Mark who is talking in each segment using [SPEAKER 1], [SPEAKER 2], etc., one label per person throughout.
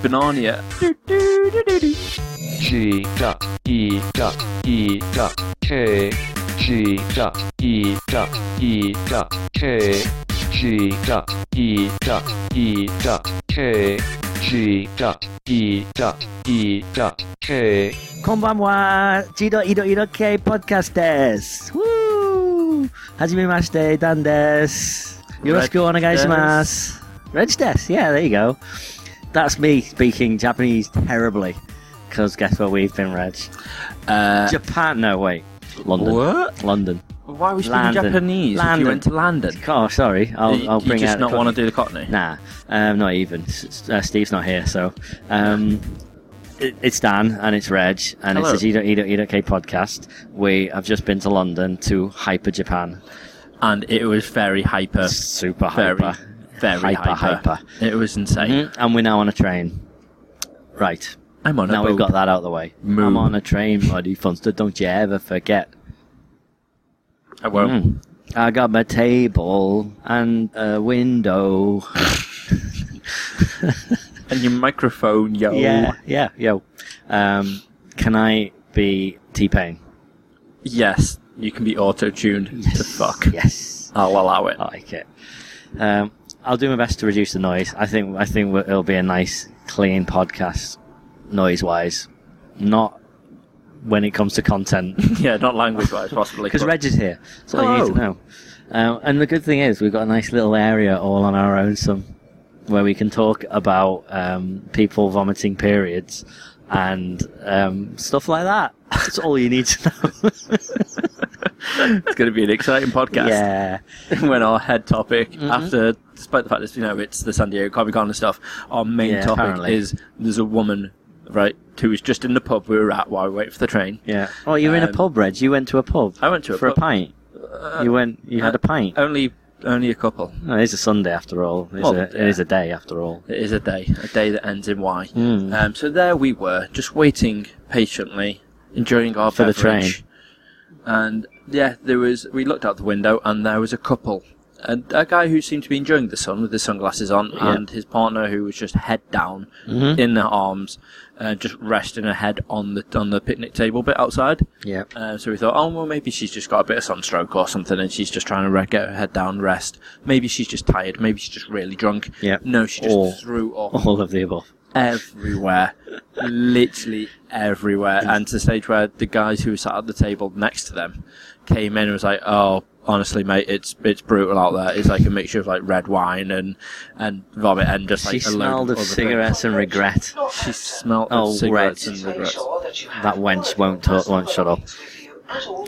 [SPEAKER 1] Banania.
[SPEAKER 2] G dot E dot E dot K G dot E dot E dot K G dot E dot E dot K G dot E dot E dot K
[SPEAKER 3] こんばんは、千ドいろいろ系ポッドキャストです。ふぅはじめまして、ダンです。よろしくお願いします。レッチです。Yeah, there you go. That's me speaking Japanese terribly. Because guess where we've been, Reg?
[SPEAKER 1] Uh,
[SPEAKER 3] Japan, no, wait. London.
[SPEAKER 1] What?
[SPEAKER 3] London.
[SPEAKER 1] Why are we speaking
[SPEAKER 3] London.
[SPEAKER 1] Japanese if
[SPEAKER 3] London.
[SPEAKER 1] you went to London?
[SPEAKER 3] Oh, sorry. I'll,
[SPEAKER 1] you
[SPEAKER 3] I'll
[SPEAKER 1] you
[SPEAKER 3] bring
[SPEAKER 1] just
[SPEAKER 3] out
[SPEAKER 1] not
[SPEAKER 3] the
[SPEAKER 1] want to do the Cockney?
[SPEAKER 3] Nah, um, not even. S- s- Uh, Steve's not here, so um, it, it's Dan and it's Reg and
[SPEAKER 1] Hello.
[SPEAKER 3] it's the G.E.K podcast. We have just been to London to Hyper Japan.
[SPEAKER 1] And it was very hyper.
[SPEAKER 3] Super
[SPEAKER 1] Uh, Very,
[SPEAKER 3] hyper.
[SPEAKER 1] very hyper,
[SPEAKER 3] Hyper, hyper.
[SPEAKER 1] It was insane.
[SPEAKER 3] Mhm, And we're now on a train. Right.
[SPEAKER 1] I'm on a
[SPEAKER 3] now we've
[SPEAKER 1] boat.
[SPEAKER 3] got that out of the way.
[SPEAKER 1] Moo.
[SPEAKER 3] I'm on a train, bloody funster. Don't you ever forget.
[SPEAKER 1] I won't.
[SPEAKER 3] Mm. I got my table and a window.
[SPEAKER 1] And your microphone, yo.
[SPEAKER 3] Yeah, yeah, yo. Um, can I be T Pain?
[SPEAKER 1] Yes, you can be auto-tuned to fuck.
[SPEAKER 3] Yes,
[SPEAKER 1] I'll allow it.
[SPEAKER 3] I like it. Um, I'll do my best to reduce the noise. I think I think it'll be a nice, clean podcast, noise-wise. Not when it comes to content,
[SPEAKER 1] yeah, not language-wise, possibly. Oh.
[SPEAKER 3] because
[SPEAKER 1] but-
[SPEAKER 3] Reg is here. That's all you need to
[SPEAKER 1] Hello.
[SPEAKER 3] know. Um, and the good thing is, we've got a nice little area all on our own, some where we can talk about um, people vomiting periods and um, stuff like that. That's all you need to know.
[SPEAKER 1] it's going to be an exciting podcast.
[SPEAKER 3] yeah.
[SPEAKER 1] when our head topic
[SPEAKER 3] Mm-hmm.
[SPEAKER 1] after despite the fact that you know it's the San Diego Comic Con and stuff, our main
[SPEAKER 3] Yeah,
[SPEAKER 1] topic
[SPEAKER 3] apparently.
[SPEAKER 1] is there's a woman, right, who was just in the pub we were at while we wait for the train.
[SPEAKER 3] Yeah. Oh, you were in
[SPEAKER 1] Um,
[SPEAKER 3] a pub, Reg. You went to a pub.
[SPEAKER 1] I went to a
[SPEAKER 3] for
[SPEAKER 1] pub. oh.
[SPEAKER 3] a pint. you went. You had a pint.
[SPEAKER 1] Uh, Only only a couple.
[SPEAKER 3] No, it is a Sunday after all. It is,
[SPEAKER 1] Well,
[SPEAKER 3] a,
[SPEAKER 1] yeah.
[SPEAKER 3] it is a day after all.
[SPEAKER 1] It is a day, a day that ends in Y.
[SPEAKER 3] Mm.
[SPEAKER 1] Um, so there we were, just waiting patiently, enjoying our
[SPEAKER 3] For the
[SPEAKER 1] beverage. And yeah, there was. We looked out the window, and there was a couple, and a guy who seemed to be enjoying the sun with his sunglasses on,
[SPEAKER 3] Yeah.
[SPEAKER 1] and his partner who was just head down
[SPEAKER 3] Mm-hmm.
[SPEAKER 1] in their arms, uh, just resting her head on the on the picnic table bit outside.
[SPEAKER 3] Yeah.
[SPEAKER 1] Uh, so we thought, oh well, maybe she's just got a bit of sunstroke or something, and she's just trying to re- get her head down, rest. Maybe she's just tired. Maybe she's just really drunk.
[SPEAKER 3] Yeah.
[SPEAKER 1] No, she just
[SPEAKER 3] Or-
[SPEAKER 1] threw up
[SPEAKER 3] All of the above.
[SPEAKER 1] everywhere, literally everywhere, and to the stage where the guys who sat at the table next to them came in and was like, "Oh, honestly, mate, it's it's brutal out there. It's like a mixture of like red wine and and vomit and just like
[SPEAKER 3] she
[SPEAKER 1] a load
[SPEAKER 3] smelled of
[SPEAKER 1] other things."
[SPEAKER 3] cigarettes and regret.
[SPEAKER 1] She smelled
[SPEAKER 3] Oh,
[SPEAKER 1] of cigarettes
[SPEAKER 3] red.
[SPEAKER 1] and regrets.
[SPEAKER 3] That wench won't talk- won't shut up.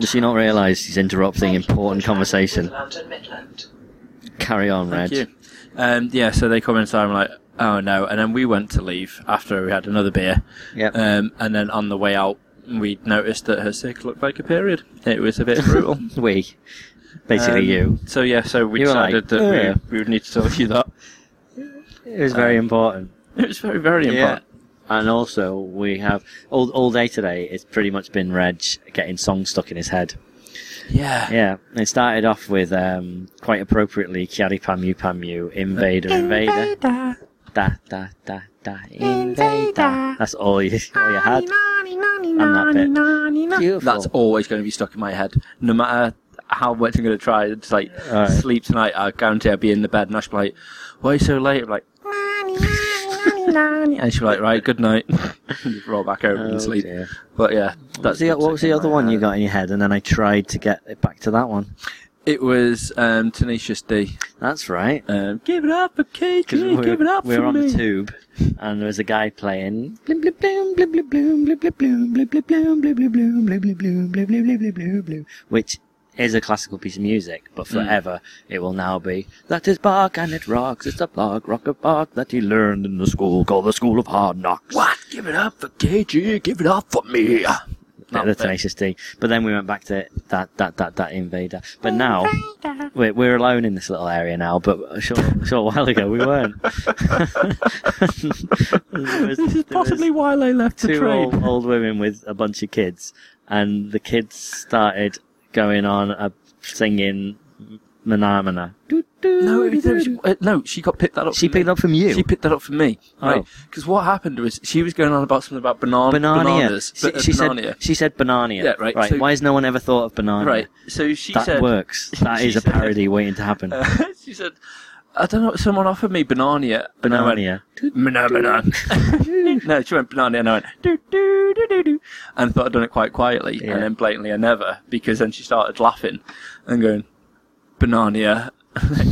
[SPEAKER 3] Does she not realise she's interrupting important conversation? Ah, Carry on, Reg.
[SPEAKER 1] Thank you. Um, yeah, so they come inside. I'm like, "Oh no!" And then we went to leave after we had another beer.
[SPEAKER 3] Yep.
[SPEAKER 1] Um, and then on the way out, we noticed that her sick looked like a period. It was a bit brutal.
[SPEAKER 3] we. Basically,
[SPEAKER 1] Um,
[SPEAKER 3] you.
[SPEAKER 1] So yeah, so we
[SPEAKER 3] You were
[SPEAKER 1] decided
[SPEAKER 3] like,
[SPEAKER 1] that
[SPEAKER 3] "Yeah."
[SPEAKER 1] we, we would need to tell you that.
[SPEAKER 3] It was very important.
[SPEAKER 1] It was very, very important.
[SPEAKER 3] Um, And also, we have all all day today. It's pretty much been Reg getting songs stuck in his head.
[SPEAKER 1] Yeah.
[SPEAKER 3] Yeah, it started off with um, quite appropriately Kiari Pamu Pamu, Invader, Invader. Da da da da Invader. That's all you all you had. And that bit. Beautiful.
[SPEAKER 1] That's always going to be stuck in my head, no matter how much I'm going to try. It's like
[SPEAKER 3] Alright.
[SPEAKER 1] sleep tonight. I guarantee I'll be in the bed, and I'll be like, "Why are you so late?" I'm like, and she'll be like, "Right, good night." You roll back over
[SPEAKER 3] Oh,
[SPEAKER 1] and sleep.
[SPEAKER 3] dear.
[SPEAKER 1] But yeah,
[SPEAKER 3] What was, the, what was the other one you got in your head? And then I tried to get it back to that one.
[SPEAKER 1] It was um, Tenacious D.
[SPEAKER 3] That's right.
[SPEAKER 1] Um, give it up for
[SPEAKER 3] Because
[SPEAKER 1] KG.
[SPEAKER 3] we
[SPEAKER 1] give it
[SPEAKER 3] were,
[SPEAKER 1] up
[SPEAKER 3] we
[SPEAKER 1] for
[SPEAKER 3] were on
[SPEAKER 1] me.
[SPEAKER 3] the tube, and there was a guy playing. Blim blim bloom, blim blim bloom, blim blim bloom, blim blim bloom, blim blim bloom, blim blim bloom, blim blim blim blim blim blim, which is a classical piece of music, but forever it will now be. That is bark and it rocks. It's a bark, rock of bark that he learned in the school called the School of Hard Knocks.
[SPEAKER 1] What? Give it up for KG. Give it up for me.
[SPEAKER 3] The, the Tenacious D. But then we went back to that that that that Invader. But now we're, we're alone in this little area now. But a short, a short while ago we weren't.
[SPEAKER 1] This is possibly why they left the
[SPEAKER 3] two
[SPEAKER 1] train.
[SPEAKER 3] old, old women with a bunch of kids, and the kids started going on a singing uh, manamana. Do, do,
[SPEAKER 1] No, it was- it was- uh, no, she got picked that up.
[SPEAKER 3] She
[SPEAKER 1] from me.
[SPEAKER 3] picked up from you.
[SPEAKER 1] She picked that up from me.
[SPEAKER 3] Oh.
[SPEAKER 1] Right. Because what happened was she was going on about something about banana,
[SPEAKER 3] Banania.
[SPEAKER 1] bananas.
[SPEAKER 3] She,
[SPEAKER 1] but, uh,
[SPEAKER 3] she
[SPEAKER 1] banania.
[SPEAKER 3] said. She said banania.
[SPEAKER 1] Yeah, right, so-
[SPEAKER 3] Why has no one ever thought of banana?
[SPEAKER 1] right. So she
[SPEAKER 3] that
[SPEAKER 1] said.
[SPEAKER 3] works. That
[SPEAKER 1] she
[SPEAKER 3] is a
[SPEAKER 1] said-
[SPEAKER 3] parody waiting to happen.
[SPEAKER 1] Uh, she said, I don't know, someone offered me banania. And I went,
[SPEAKER 3] banania.
[SPEAKER 1] "Banana, banana." no, she went banana, and I went, doo, doo, doo, doo, doo, and thought I'd done it quite quietly,
[SPEAKER 3] Yeah.
[SPEAKER 1] and then blatantly I never, because then she started laughing and going, banania.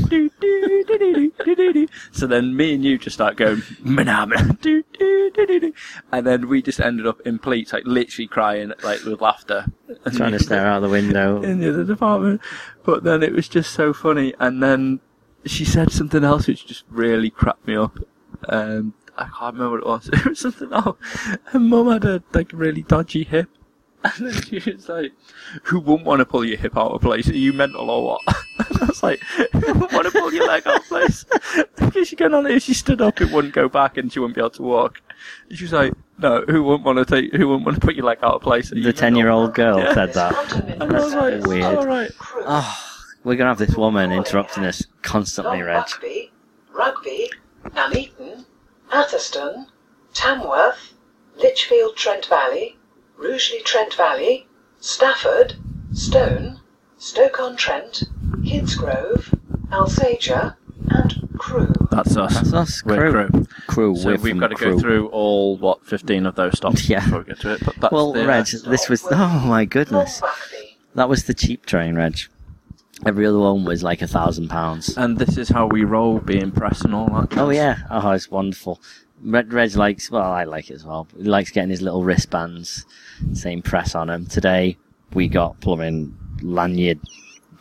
[SPEAKER 1] Doo, doo, doo, doo, doo, doo, doo. so then me and you just start going, "Banana, banana," doo, doo, doo, doo, doo. and then we just ended up in pleats, like literally crying, like with laughter. And
[SPEAKER 3] Trying to stare out the window.
[SPEAKER 1] in the other department. But then it was just so funny. And then she said something else which just really cracked me up. Um, I can't remember what it was. It was something. Oh, her mum had a like really dodgy hip. And then she was like, "Who wouldn't want to pull your hip out of place? Are you mental or what?" And I was like, "Who wouldn't want to pull your leg out of place?" Because she going on, if she stood up, it wouldn't go back, and she wouldn't be able to walk. And she was like, "No, who wouldn't want to take? Who wouldn't want to put your leg out of place?" Are you
[SPEAKER 3] The ten-year-old girl
[SPEAKER 1] Yeah.
[SPEAKER 3] said that.
[SPEAKER 1] And I was like,
[SPEAKER 3] weird.
[SPEAKER 1] "All right."
[SPEAKER 3] Oh, we're gonna have this woman interrupting us constantly, Reg.
[SPEAKER 4] Rugby, Rugby, Nuneaton, Atherston, Tamworth, Lichfield Trent Valley, Rugeley Trent Valley, Stafford, Stone, Stoke on Trent, Kidsgrove, Alsager, and Crewe.
[SPEAKER 1] That's us.
[SPEAKER 3] That's us,
[SPEAKER 1] We're
[SPEAKER 3] crew.
[SPEAKER 1] crew.
[SPEAKER 3] Crew.
[SPEAKER 1] So
[SPEAKER 3] we're
[SPEAKER 1] we've
[SPEAKER 3] from
[SPEAKER 1] got to
[SPEAKER 3] crew.
[SPEAKER 1] go through all what fifteen of those stops
[SPEAKER 3] Yeah.
[SPEAKER 1] before we get to it. But that's
[SPEAKER 3] Well,
[SPEAKER 1] the, uh,
[SPEAKER 3] Reg, this was. Oh my
[SPEAKER 4] Long
[SPEAKER 3] goodness.
[SPEAKER 4] Rugby.
[SPEAKER 3] That was the cheap train, Reg. Every other one was like a thousand pounds.
[SPEAKER 1] and this is how we roll, being press and all that.
[SPEAKER 3] Oh yeah, oh it's wonderful. Reg, Reg likes, well, I like it as well. He likes getting his little wristbands, saying press on them. Today we got plumbing lanyard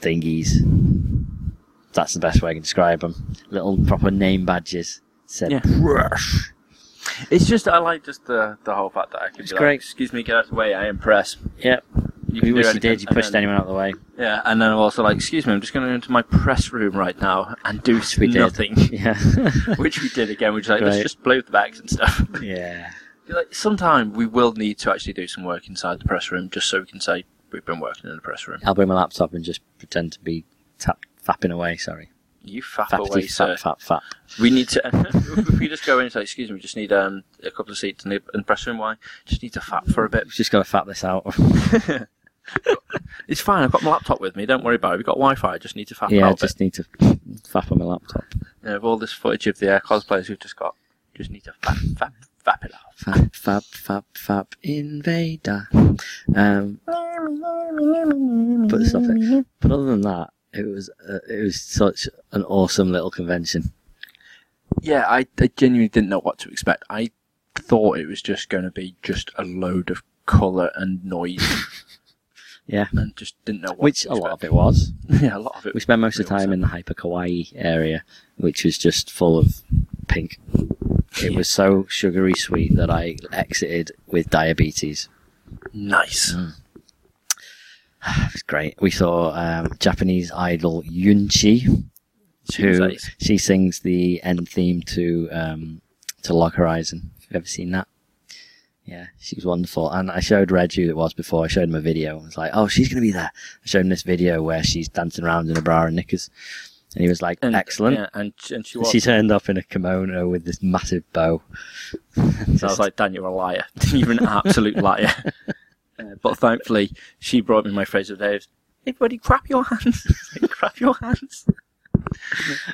[SPEAKER 3] thingies. That's the best way I can describe them. Little proper name badges said
[SPEAKER 1] Yeah.
[SPEAKER 3] press.
[SPEAKER 1] It's just I like just the the whole fact that I could.
[SPEAKER 3] It's
[SPEAKER 1] be like,
[SPEAKER 3] great.
[SPEAKER 1] Excuse me, get out of the way. I am press.
[SPEAKER 3] Yep.
[SPEAKER 1] You
[SPEAKER 3] You
[SPEAKER 1] can
[SPEAKER 3] wish
[SPEAKER 1] do
[SPEAKER 3] you did. You
[SPEAKER 1] anything. And
[SPEAKER 3] pushed
[SPEAKER 1] then-
[SPEAKER 3] anyone out of the way.
[SPEAKER 1] Yeah, and then I'm also like, excuse me, I'm just going to into my press room right now and do
[SPEAKER 3] we did.
[SPEAKER 1] nothing,
[SPEAKER 3] Yeah.
[SPEAKER 1] which we did again. We're just like, let's
[SPEAKER 3] Right.
[SPEAKER 1] just blow the bags and stuff.
[SPEAKER 3] yeah.
[SPEAKER 1] Like, sometime we will need to actually do some work inside the press room, just so we can say we've been working in the press room.
[SPEAKER 3] I'll bring my laptop and just pretend to be tap fapping away. Sorry.
[SPEAKER 1] You fap away,
[SPEAKER 3] Fappity
[SPEAKER 1] sir.
[SPEAKER 3] fap fap fap.
[SPEAKER 1] We need to. if we just go in and say, "Excuse me, we just need um, a couple of seats in the, in the press room. Why? Just need to fap for a bit.
[SPEAKER 3] We've just got to fap this out.
[SPEAKER 1] It's fine. I've got my laptop with me. Don't worry about it. We've got Wi-Fi. I just need to fap
[SPEAKER 3] yeah,
[SPEAKER 1] out.
[SPEAKER 3] I
[SPEAKER 1] a bit.
[SPEAKER 3] just need to fap on my laptop.
[SPEAKER 1] You know, of all this footage of the uh, cosplayers we've just got, just need to fap, fap, fap it out.
[SPEAKER 3] Fap, fap, fap, fap, invader. Um, but stop it. But other than that, it was uh, it was such an awesome little convention.
[SPEAKER 1] Yeah, I, I genuinely didn't know what to expect. I thought it was just going to be just a load of colour and noise,
[SPEAKER 3] Yeah,
[SPEAKER 1] and just didn't know what.
[SPEAKER 3] which
[SPEAKER 1] to
[SPEAKER 3] a lot of
[SPEAKER 1] expect.
[SPEAKER 3] it was.
[SPEAKER 1] Yeah, a lot of it.
[SPEAKER 3] We spent most of the time in the hyper kawaii area, which was just full of pink. It was so sugary sweet that I exited with diabetes.
[SPEAKER 1] nice.
[SPEAKER 3] Mm. It was great. We saw um, Japanese idol Yunchi, who
[SPEAKER 1] Nice.
[SPEAKER 3] she sings the end theme to um, to Log Horizon. Have you ever seen that? Yeah, she's wonderful. And I showed Reg who it was before. I showed him a video. I was like, "Oh, she's gonna be there." I showed him this video where she's dancing around in a bra and knickers, and he was like,
[SPEAKER 1] And-
[SPEAKER 3] "Excellent."
[SPEAKER 1] Yeah, and and she
[SPEAKER 3] And
[SPEAKER 1] was.
[SPEAKER 3] She turned up in a kimono with this massive bow. Just-
[SPEAKER 1] So I was like, Dan, you're a liar. you're an absolute liar. Uh, but thankfully, she brought me my phrase of the day. of, Everybody, crap your hands. Like, crap your hands.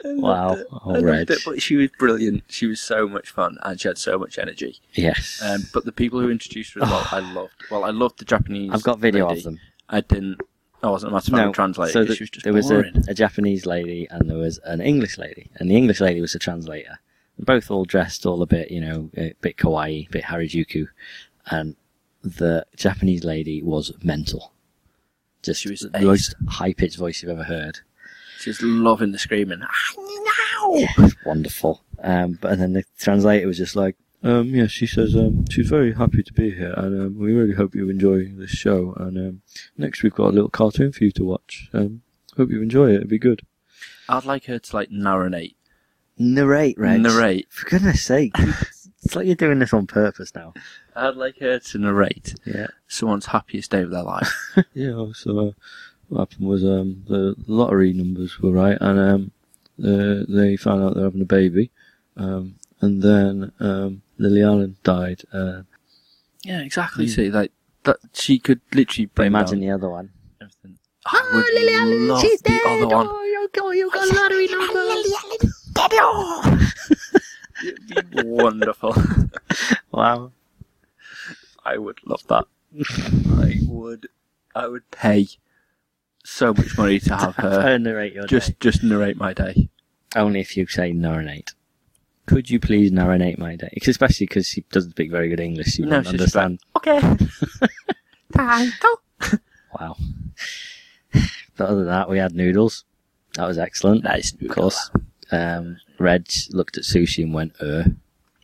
[SPEAKER 3] "Wow,
[SPEAKER 1] I
[SPEAKER 3] oh,
[SPEAKER 1] loved
[SPEAKER 3] Reg."
[SPEAKER 1] it, but she was brilliant. She was so much fun, and she had so much energy.
[SPEAKER 3] Yes,
[SPEAKER 1] Um, but the people who introduced her as well, I loved. Well, I loved the Japanese.
[SPEAKER 3] I've got video
[SPEAKER 1] lady.
[SPEAKER 3] of them.
[SPEAKER 1] I didn't. oh, I wasn't a massive fan of translating.
[SPEAKER 3] So the-
[SPEAKER 1] she was just
[SPEAKER 3] there was a,
[SPEAKER 1] boring.
[SPEAKER 3] a Japanese lady and there was an English lady, and the English lady was a translator. Both all dressed, all a bit, you know, a bit kawaii, a bit Harajuku, and the Japanese lady was mental. Just
[SPEAKER 1] She was
[SPEAKER 3] the
[SPEAKER 1] ace.
[SPEAKER 3] most high pitched voice you've ever heard.
[SPEAKER 1] She was loving the screaming.
[SPEAKER 3] It's wonderful. Um, but and then the translator was just like,
[SPEAKER 5] Um, yeah, she says um, she's very happy to be here, and um, we really hope you enjoy this show. And um, next, we've got a little cartoon for you to watch. Um, hope you enjoy it; it'd be good.
[SPEAKER 1] I'd like her to like narrate,
[SPEAKER 3] narrate, Reg.
[SPEAKER 1] narrate.
[SPEAKER 3] For goodness sake. it's like you're doing this on purpose now.
[SPEAKER 1] I'd like her to narrate
[SPEAKER 3] Yeah.
[SPEAKER 1] someone's happiest day of their life.
[SPEAKER 5] Yeah. So uh, what happened was um, the lottery numbers were right, and um, uh, they found out they're having a baby, um, and then um, Lily Allen died. Uh, Hmm.
[SPEAKER 1] Yeah, exactly. See, like that, she could literally
[SPEAKER 3] But
[SPEAKER 1] bring
[SPEAKER 3] imagine
[SPEAKER 1] down
[SPEAKER 3] the other one.
[SPEAKER 1] everything. I would love the other one. It'd be wonderful.
[SPEAKER 3] Wow.
[SPEAKER 1] I would love that. I would. I would pay so much money to have her
[SPEAKER 3] Don't narrate your
[SPEAKER 1] just
[SPEAKER 3] day.
[SPEAKER 1] just narrate my day.
[SPEAKER 3] Only if you say narrate. Could you please narrate my day? 'Cause- Especially because she doesn't speak very good English. She
[SPEAKER 1] No,
[SPEAKER 3] wouldn't
[SPEAKER 1] she's just
[SPEAKER 3] understand.
[SPEAKER 1] Okay.
[SPEAKER 3] Wow. but other than that, we had noodles. That was excellent.
[SPEAKER 1] Nice
[SPEAKER 3] Of
[SPEAKER 1] noodle.
[SPEAKER 3] course. Um, Reg looked at sushi and went, uh.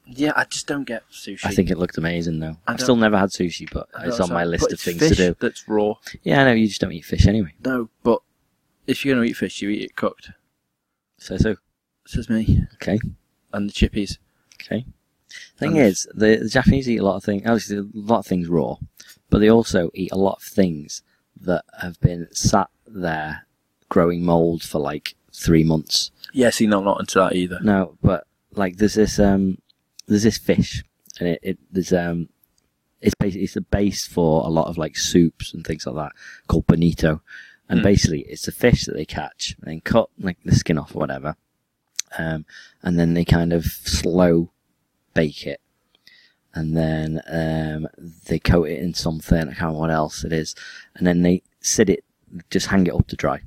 [SPEAKER 1] Yeah, I just don't get sushi.
[SPEAKER 3] I think it looked amazing though.
[SPEAKER 1] I
[SPEAKER 3] I've
[SPEAKER 1] don't-
[SPEAKER 3] still never had sushi, but
[SPEAKER 1] I
[SPEAKER 3] it's
[SPEAKER 1] know,
[SPEAKER 3] on my
[SPEAKER 1] but
[SPEAKER 3] list of
[SPEAKER 1] it's
[SPEAKER 3] things to
[SPEAKER 1] fish
[SPEAKER 3] do.
[SPEAKER 1] That's raw.
[SPEAKER 3] Yeah, I know you just don't eat fish anyway.
[SPEAKER 1] No, but if you're gonna eat fish, you eat it cooked.
[SPEAKER 3] So so.
[SPEAKER 1] Says me.
[SPEAKER 3] Okay.
[SPEAKER 1] And the chippies.
[SPEAKER 3] Okay. Thing
[SPEAKER 1] Um,
[SPEAKER 3] is, the, the Japanese eat a lot of things. Obviously, a lot of things raw, but they also eat a lot of things that have been sat there growing mold for like three months.
[SPEAKER 1] Yeah, see, no, I'm not into that either.
[SPEAKER 3] No, but like there's this um there's this fish, and it, it there's um it's basically it's the base for a lot of like soups and things like that called bonito, and
[SPEAKER 1] Hmm.
[SPEAKER 3] basically it's a fish that they catch and then cut like the skin off or whatever, um and then they kind of slow bake it, and then um they coat it in something I can't remember what else it is, and then they sit it just hang it up to dry,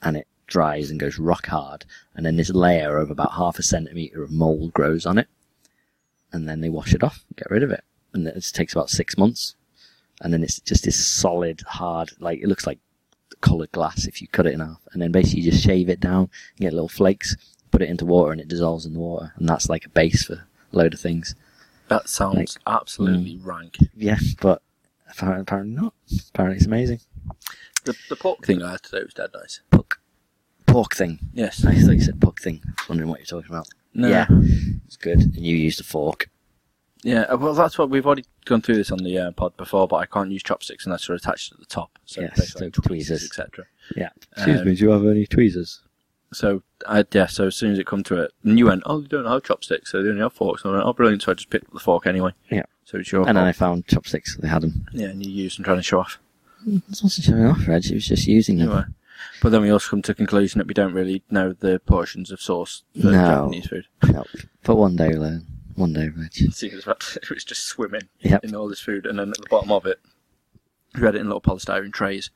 [SPEAKER 3] and it dries and goes rock hard and then this layer of about half a centimeter of mold grows on it, and then they wash it off, get rid of it, and it takes about six months, and then it's just this solid, hard, like it looks like colored glass if you cut it in half, and then basically you just shave it down, and get little flakes, put it into water, and it dissolves in the water, and that's like a base for a load of things.
[SPEAKER 1] That sounds
[SPEAKER 3] mm.
[SPEAKER 1] absolutely rank.
[SPEAKER 3] Yeah, but apparently, apparently not. Apparently, it's amazing.
[SPEAKER 1] The, the pork thing I had today was dead nice.
[SPEAKER 3] Puck, pork thing.
[SPEAKER 1] Yes.
[SPEAKER 3] I thought you said puck thing. I was wondering what you're talking about.
[SPEAKER 1] No.
[SPEAKER 3] Yeah, it's good. And you used a fork.
[SPEAKER 1] Yeah, uh, well, that's what we've already gone through this on the uh, pod before, but I can't use chopsticks unless they're attached at the top. So
[SPEAKER 3] Yes,
[SPEAKER 1] basically
[SPEAKER 3] so
[SPEAKER 1] like tweezers,
[SPEAKER 3] tweezers.
[SPEAKER 1] etc.
[SPEAKER 3] Yeah.
[SPEAKER 5] excuse
[SPEAKER 3] Um,
[SPEAKER 5] me, do you have any tweezers?
[SPEAKER 1] So, I, yeah, so as soon as it come to it, and you went, oh, they don't have chopsticks, so they only have forks. And I went, oh, brilliant, so I just picked up the fork anyway.
[SPEAKER 3] Yeah.
[SPEAKER 1] So it's your
[SPEAKER 3] And then I
[SPEAKER 1] fault.
[SPEAKER 3] found chopsticks. They had them.
[SPEAKER 1] Yeah, and you used them trying to show off.
[SPEAKER 3] It wasn't showing off, Reg. It was just using them.
[SPEAKER 1] Anyway. But then we also come to the conclusion that we don't really know the portions of sauce for
[SPEAKER 3] No.
[SPEAKER 1] Japanese food.
[SPEAKER 3] Nope. But one day we'll learn. One day, Reg.
[SPEAKER 1] See, it was, about it was just swimming.
[SPEAKER 3] Yep.
[SPEAKER 1] in all this food, and then at the bottom of it, we had it in little polystyrene trays.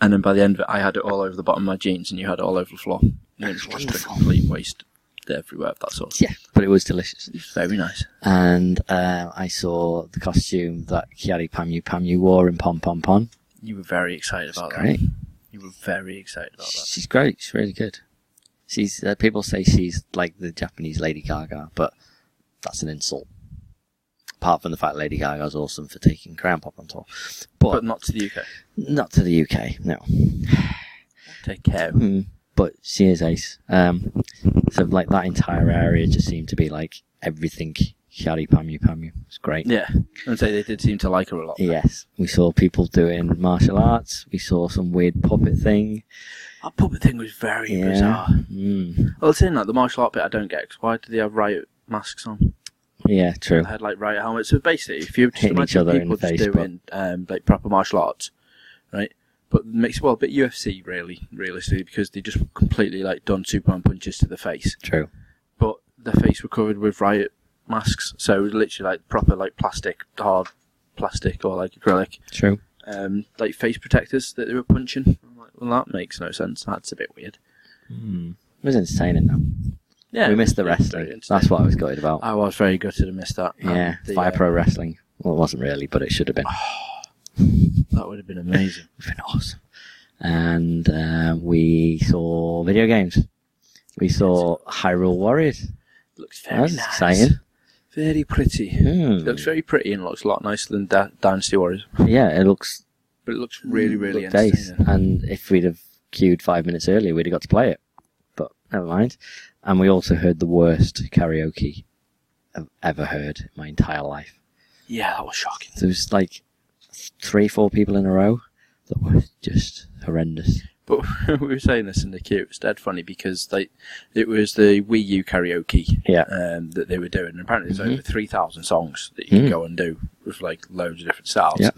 [SPEAKER 1] And then by the end of it, I had it all over the bottom of my jeans, and you had it all over the floor. And it was just a
[SPEAKER 3] Wonderful.
[SPEAKER 1] complete waste everywhere of that sort.
[SPEAKER 3] Yeah, but it was delicious.
[SPEAKER 1] It's very nice.
[SPEAKER 3] And uh, I saw the costume that Kiari Pamu Pamu wore in Pom Pom Pom.
[SPEAKER 1] You were very excited
[SPEAKER 3] It's
[SPEAKER 1] about
[SPEAKER 3] great.
[SPEAKER 1] that. You were very excited about that.
[SPEAKER 3] She's great. She's really good. She's uh, people say she's like the Japanese Lady Gaga, but that's an insult. Apart from the fact Lady Gaga's awesome for taking Crown Pop on tour, but,
[SPEAKER 1] But not to the UK.
[SPEAKER 3] not to the UK. No.
[SPEAKER 1] Take care.
[SPEAKER 3] Mm, but she is ace. Um, so like that entire area just seemed to be like everything. Shari Pamu Pamu. It's great.
[SPEAKER 1] Yeah. And so they did seem to like her a lot.
[SPEAKER 3] Yes, we saw people doing martial arts. We saw some weird puppet thing.
[SPEAKER 1] That puppet thing was very
[SPEAKER 3] Yeah.
[SPEAKER 1] bizarre.
[SPEAKER 3] Mm.
[SPEAKER 1] Well, saying that, the martial art bit I don't get, 'cause why do they have riot masks on?
[SPEAKER 3] Yeah, true.
[SPEAKER 1] I had like riot helmets. So basically, if you just
[SPEAKER 3] Hitting each
[SPEAKER 1] imagine
[SPEAKER 3] other in
[SPEAKER 1] people
[SPEAKER 3] the
[SPEAKER 1] just
[SPEAKER 3] face, but-
[SPEAKER 1] doing um, like proper martial arts, right? But makes well, but UFC really, realistically, because they just completely like done Superman punches to the face,
[SPEAKER 3] True.
[SPEAKER 1] but their face were covered with riot masks, so it was literally like proper like plastic, hard plastic or like acrylic,
[SPEAKER 3] True.
[SPEAKER 1] um, like face protectors that they were punching. I'm like, well, that makes no sense. That's a bit weird.
[SPEAKER 3] It was entertaining though.
[SPEAKER 1] Yeah,
[SPEAKER 3] we missed the
[SPEAKER 1] it's very
[SPEAKER 3] wrestling.
[SPEAKER 1] interesting.
[SPEAKER 3] That's what I was gutted about.
[SPEAKER 1] I was very gutted to miss that. And
[SPEAKER 3] yeah,
[SPEAKER 1] the,
[SPEAKER 3] Fire
[SPEAKER 1] uh,
[SPEAKER 3] Pro Wrestling. Well, it wasn't really, but it should have been.
[SPEAKER 1] that would have been amazing.
[SPEAKER 3] It's been awesome. And uh, we saw video games. We saw Hyrule Warriors.
[SPEAKER 1] Looks very
[SPEAKER 3] That was
[SPEAKER 1] nice.
[SPEAKER 3] exciting.
[SPEAKER 1] Very pretty.
[SPEAKER 3] Hmm.
[SPEAKER 1] It looks very pretty and looks a lot nicer than da- Dynasty Warriors.
[SPEAKER 3] Yeah, it looks
[SPEAKER 1] But it
[SPEAKER 3] Hmm,
[SPEAKER 1] looks really, really
[SPEAKER 3] looked ace.
[SPEAKER 1] entertaining.
[SPEAKER 3] And if we'd have queued five minutes earlier, we'd have got to play it. But never mind. And we also heard the worst karaoke I've ever heard in my entire life.
[SPEAKER 1] Yeah, that was shocking.
[SPEAKER 3] There was like three, four people in a row that were just horrendous.
[SPEAKER 1] But we were saying this in the queue. It's dead funny because they, it was the Wii U karaoke
[SPEAKER 3] Yeah.
[SPEAKER 1] um, that they were doing. And apparently, there's
[SPEAKER 3] Mhm.
[SPEAKER 1] over 3,000 songs that you can
[SPEAKER 3] Mm.
[SPEAKER 1] go and do with like loads of different styles.
[SPEAKER 3] Yeah.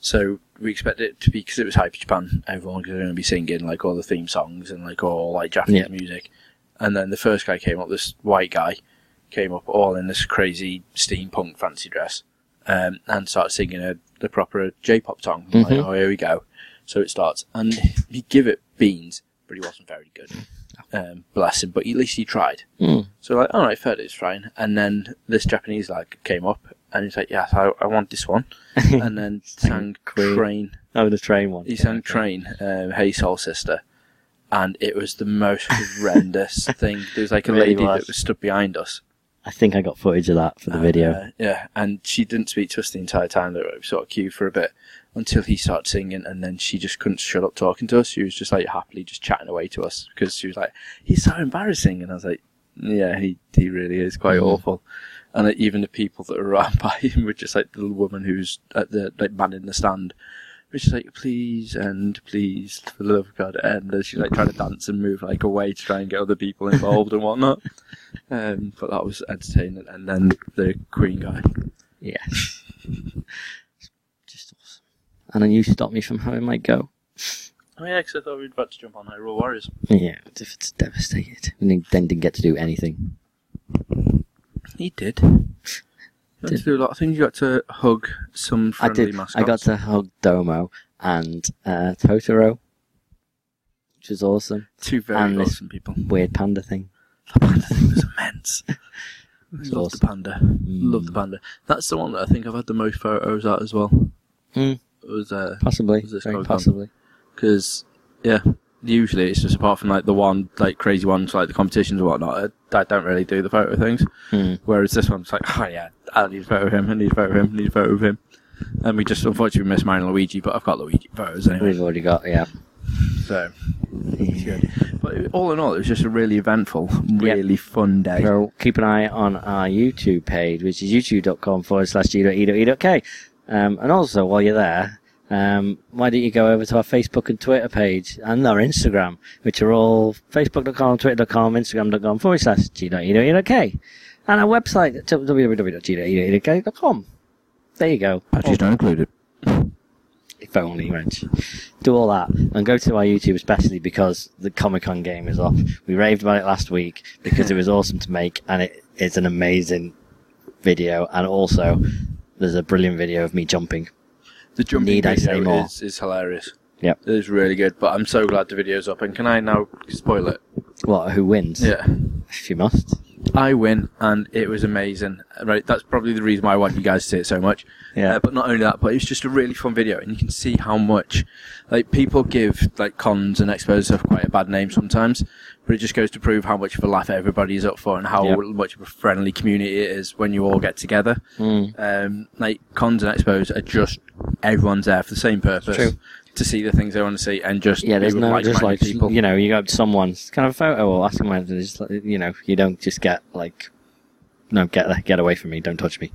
[SPEAKER 1] So we expected it to be, because it was Hyper Japan, everyone was going to be singing like all the theme songs and like all like Japanese
[SPEAKER 3] Yeah.
[SPEAKER 1] music. And then the first guy came up, this white guy came up all in this crazy steampunk fancy dress um, and started singing a, the proper J pop song. I'm Like,
[SPEAKER 3] Mhm.
[SPEAKER 1] oh, here we go. So it starts. And he give it beans, but he wasn't very good. Um, bless him. But at least he tried.
[SPEAKER 3] Mm.
[SPEAKER 1] So like, all right, fair, it's fine. And then this Japanese lad came up and he's like, yes, I, I want this one. And then sang
[SPEAKER 3] Mm. Queen.
[SPEAKER 1] Train.
[SPEAKER 3] oh, the train one.
[SPEAKER 1] He
[SPEAKER 3] Yeah,
[SPEAKER 1] sang
[SPEAKER 3] okay.
[SPEAKER 1] Train, um, Hey Soul Sister. And it was the most horrendous thing. There was like a
[SPEAKER 3] Really
[SPEAKER 1] lady
[SPEAKER 3] was.
[SPEAKER 1] that was stood behind us.
[SPEAKER 3] I think I got footage of that for the video.
[SPEAKER 1] Uh, yeah, and she didn't speak to us the entire time. That we sort of queued for a bit until he started singing, and then she just couldn't shut up talking to us. She was just like happily just chatting away to us because she was like, "He's so embarrassing," and I was like, "Yeah, he he really is quite
[SPEAKER 3] Mhm.
[SPEAKER 1] awful." And uh, even the people that were around by him were just like the woman who's at the like man in the stand. Which is like, please end, please, for the love of God, end. And she's like trying to dance and move like away to try and get other people involved and whatnot. Um, but that was entertaining. And then the Queen guy.
[SPEAKER 3] Yeah. Just awesome. And then you stop me from having my go.
[SPEAKER 1] Oh yeah, because I thought we'd about to jump on Hyrule Warriors.
[SPEAKER 3] Yeah, if it's devastated. And then- then didn't get to do anything.
[SPEAKER 1] He did. You got to
[SPEAKER 3] Did-
[SPEAKER 1] do a lot of things. You got to hug some
[SPEAKER 3] I
[SPEAKER 1] friendly
[SPEAKER 3] did.
[SPEAKER 1] mascots.
[SPEAKER 3] I got to hug Domo and uh, Totoro, which was awesome.
[SPEAKER 1] two very
[SPEAKER 3] and this-
[SPEAKER 1] awesome people.
[SPEAKER 3] Weird panda thing.
[SPEAKER 1] The panda thing was immense. I love
[SPEAKER 3] awesome.
[SPEAKER 1] the panda. Love the panda. That's the one that I think I've had the most photos at as well.
[SPEAKER 3] Mm.
[SPEAKER 1] It was uh,
[SPEAKER 3] Possibly.
[SPEAKER 1] Was this
[SPEAKER 3] Very
[SPEAKER 1] Comic-Con?
[SPEAKER 3] possibly.
[SPEAKER 1] because yeah usually it's just apart from like the one like crazy ones like the competitions and whatnot I, I don't really do the photo things
[SPEAKER 3] Hmm.
[SPEAKER 1] whereas this one's like oh yeah I need a photo of him I need a photo of him I need a photo of him and we just unfortunately missed Mario and Luigi but I've got Luigi photos anyway
[SPEAKER 3] We've already got, yeah.
[SPEAKER 1] so it's good but it- all in all it was just a really eventful really fun day
[SPEAKER 3] So keep an eye on our YouTube page, which is youtube.com forward slash g.e.e.k. Um, and also, while you're there, um, why don't you go over to our Facebook and Twitter page and our Instagram, which are all facebook.com, twitter.com, instagram.com forward slash g.e.e.k. And our website at www.g.e.e.k.com. There you go.
[SPEAKER 1] Patches not included
[SPEAKER 3] If only, Reg. Do all that and go to our YouTube, especially because the Comic Con game is off. We raved about it last week because it was awesome to make, and it is an amazing video. And also, there's a brilliant video of me jumping.
[SPEAKER 1] the jumping
[SPEAKER 3] Need I
[SPEAKER 1] video
[SPEAKER 3] say more?
[SPEAKER 1] Is, is hilarious
[SPEAKER 3] Yep.
[SPEAKER 1] it is really good but I'm so glad the video's up and can I now spoil it
[SPEAKER 3] What? Who wins?
[SPEAKER 1] yeah
[SPEAKER 3] If you must.
[SPEAKER 1] I win, and it was amazing. Right, that's probably the reason why I want you guys to see it so much.
[SPEAKER 3] Yeah.
[SPEAKER 1] Uh, but not only that, but it was just a really fun video, and you can see how much, like, people give like cons and expos have quite a bad name sometimes, but it just goes to prove how much of a laugh everybody's up for, and how
[SPEAKER 3] Yep.
[SPEAKER 1] much of a friendly community it is when you all get together.
[SPEAKER 3] Hmm.
[SPEAKER 1] Um, like cons and expos are just everyone's there for the same purpose.
[SPEAKER 3] True.
[SPEAKER 1] To see the things they want to see, and just
[SPEAKER 3] Yeah,
[SPEAKER 1] be
[SPEAKER 3] there's
[SPEAKER 1] with
[SPEAKER 3] no
[SPEAKER 1] like-minded
[SPEAKER 3] just like
[SPEAKER 1] people.
[SPEAKER 3] you know, you go up to someone, kind of a photo or ask them, whether they just like, you know, you don't just get like, no, get get away from me, don't touch me.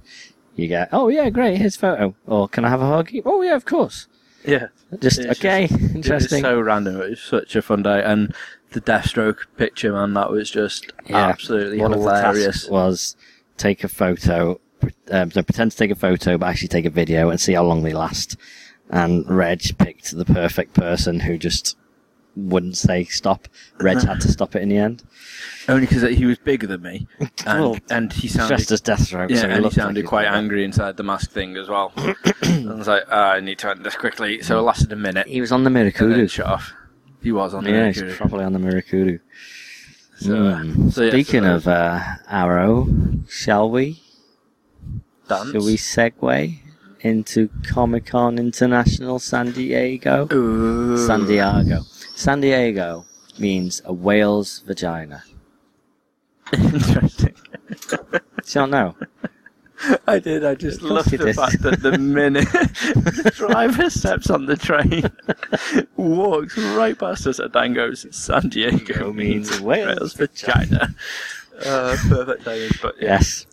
[SPEAKER 3] You get, oh yeah, great, here's a photo, or can I have a hug? Oh yeah, of course.
[SPEAKER 1] yeah.
[SPEAKER 3] Just
[SPEAKER 1] It's
[SPEAKER 3] okay,
[SPEAKER 1] It was
[SPEAKER 3] interesting.
[SPEAKER 1] so random. It was such a fun day, and the Deathstroke picture, man, that was just
[SPEAKER 3] Yeah.
[SPEAKER 1] absolutely
[SPEAKER 3] One of the
[SPEAKER 1] hilarious.
[SPEAKER 3] tasks was take a photo, um, so pretend to take a photo, but actually take a video and see how long they last. And Reg picked the perfect person who just wouldn't say stop. Reg had to stop it in the end.
[SPEAKER 1] Only because he was bigger than me, and,
[SPEAKER 3] Well,
[SPEAKER 1] and he
[SPEAKER 3] Dressed
[SPEAKER 1] sounded
[SPEAKER 3] as Deathstroke.
[SPEAKER 1] yeah,
[SPEAKER 3] so
[SPEAKER 1] and he
[SPEAKER 3] looked like
[SPEAKER 1] sounded
[SPEAKER 3] was
[SPEAKER 1] quite
[SPEAKER 3] like that.
[SPEAKER 1] angry inside the mask thing as well. and I was like, "Ah, I need to end this quickly. So it lasted a minute.
[SPEAKER 3] He was on the
[SPEAKER 1] and then
[SPEAKER 3] Mirakudu.
[SPEAKER 1] shut off. He was on the
[SPEAKER 3] Yeah,
[SPEAKER 1] Mercury.
[SPEAKER 3] he's probably on the Mirakudu.
[SPEAKER 1] So,
[SPEAKER 3] Mm.
[SPEAKER 1] so yeah,
[SPEAKER 3] Speaking
[SPEAKER 1] so
[SPEAKER 3] of uh, Arrow, shall we?
[SPEAKER 1] dance.
[SPEAKER 3] Shall we segue into Comic Con International San Diego?
[SPEAKER 1] Ooh.
[SPEAKER 3] San Diego. San Diego means a whale's vagina.
[SPEAKER 1] Interesting.
[SPEAKER 3] Do you not know?
[SPEAKER 1] I did. I just
[SPEAKER 3] Of course
[SPEAKER 1] love
[SPEAKER 3] you
[SPEAKER 1] the
[SPEAKER 3] did.
[SPEAKER 1] fact that the minute the driver steps on the train, walks right past us at Dango's, San Diego
[SPEAKER 3] Go
[SPEAKER 1] means
[SPEAKER 3] means Wales
[SPEAKER 1] Wales vagina. Uh, perfect timing, but yeah.
[SPEAKER 3] Yes.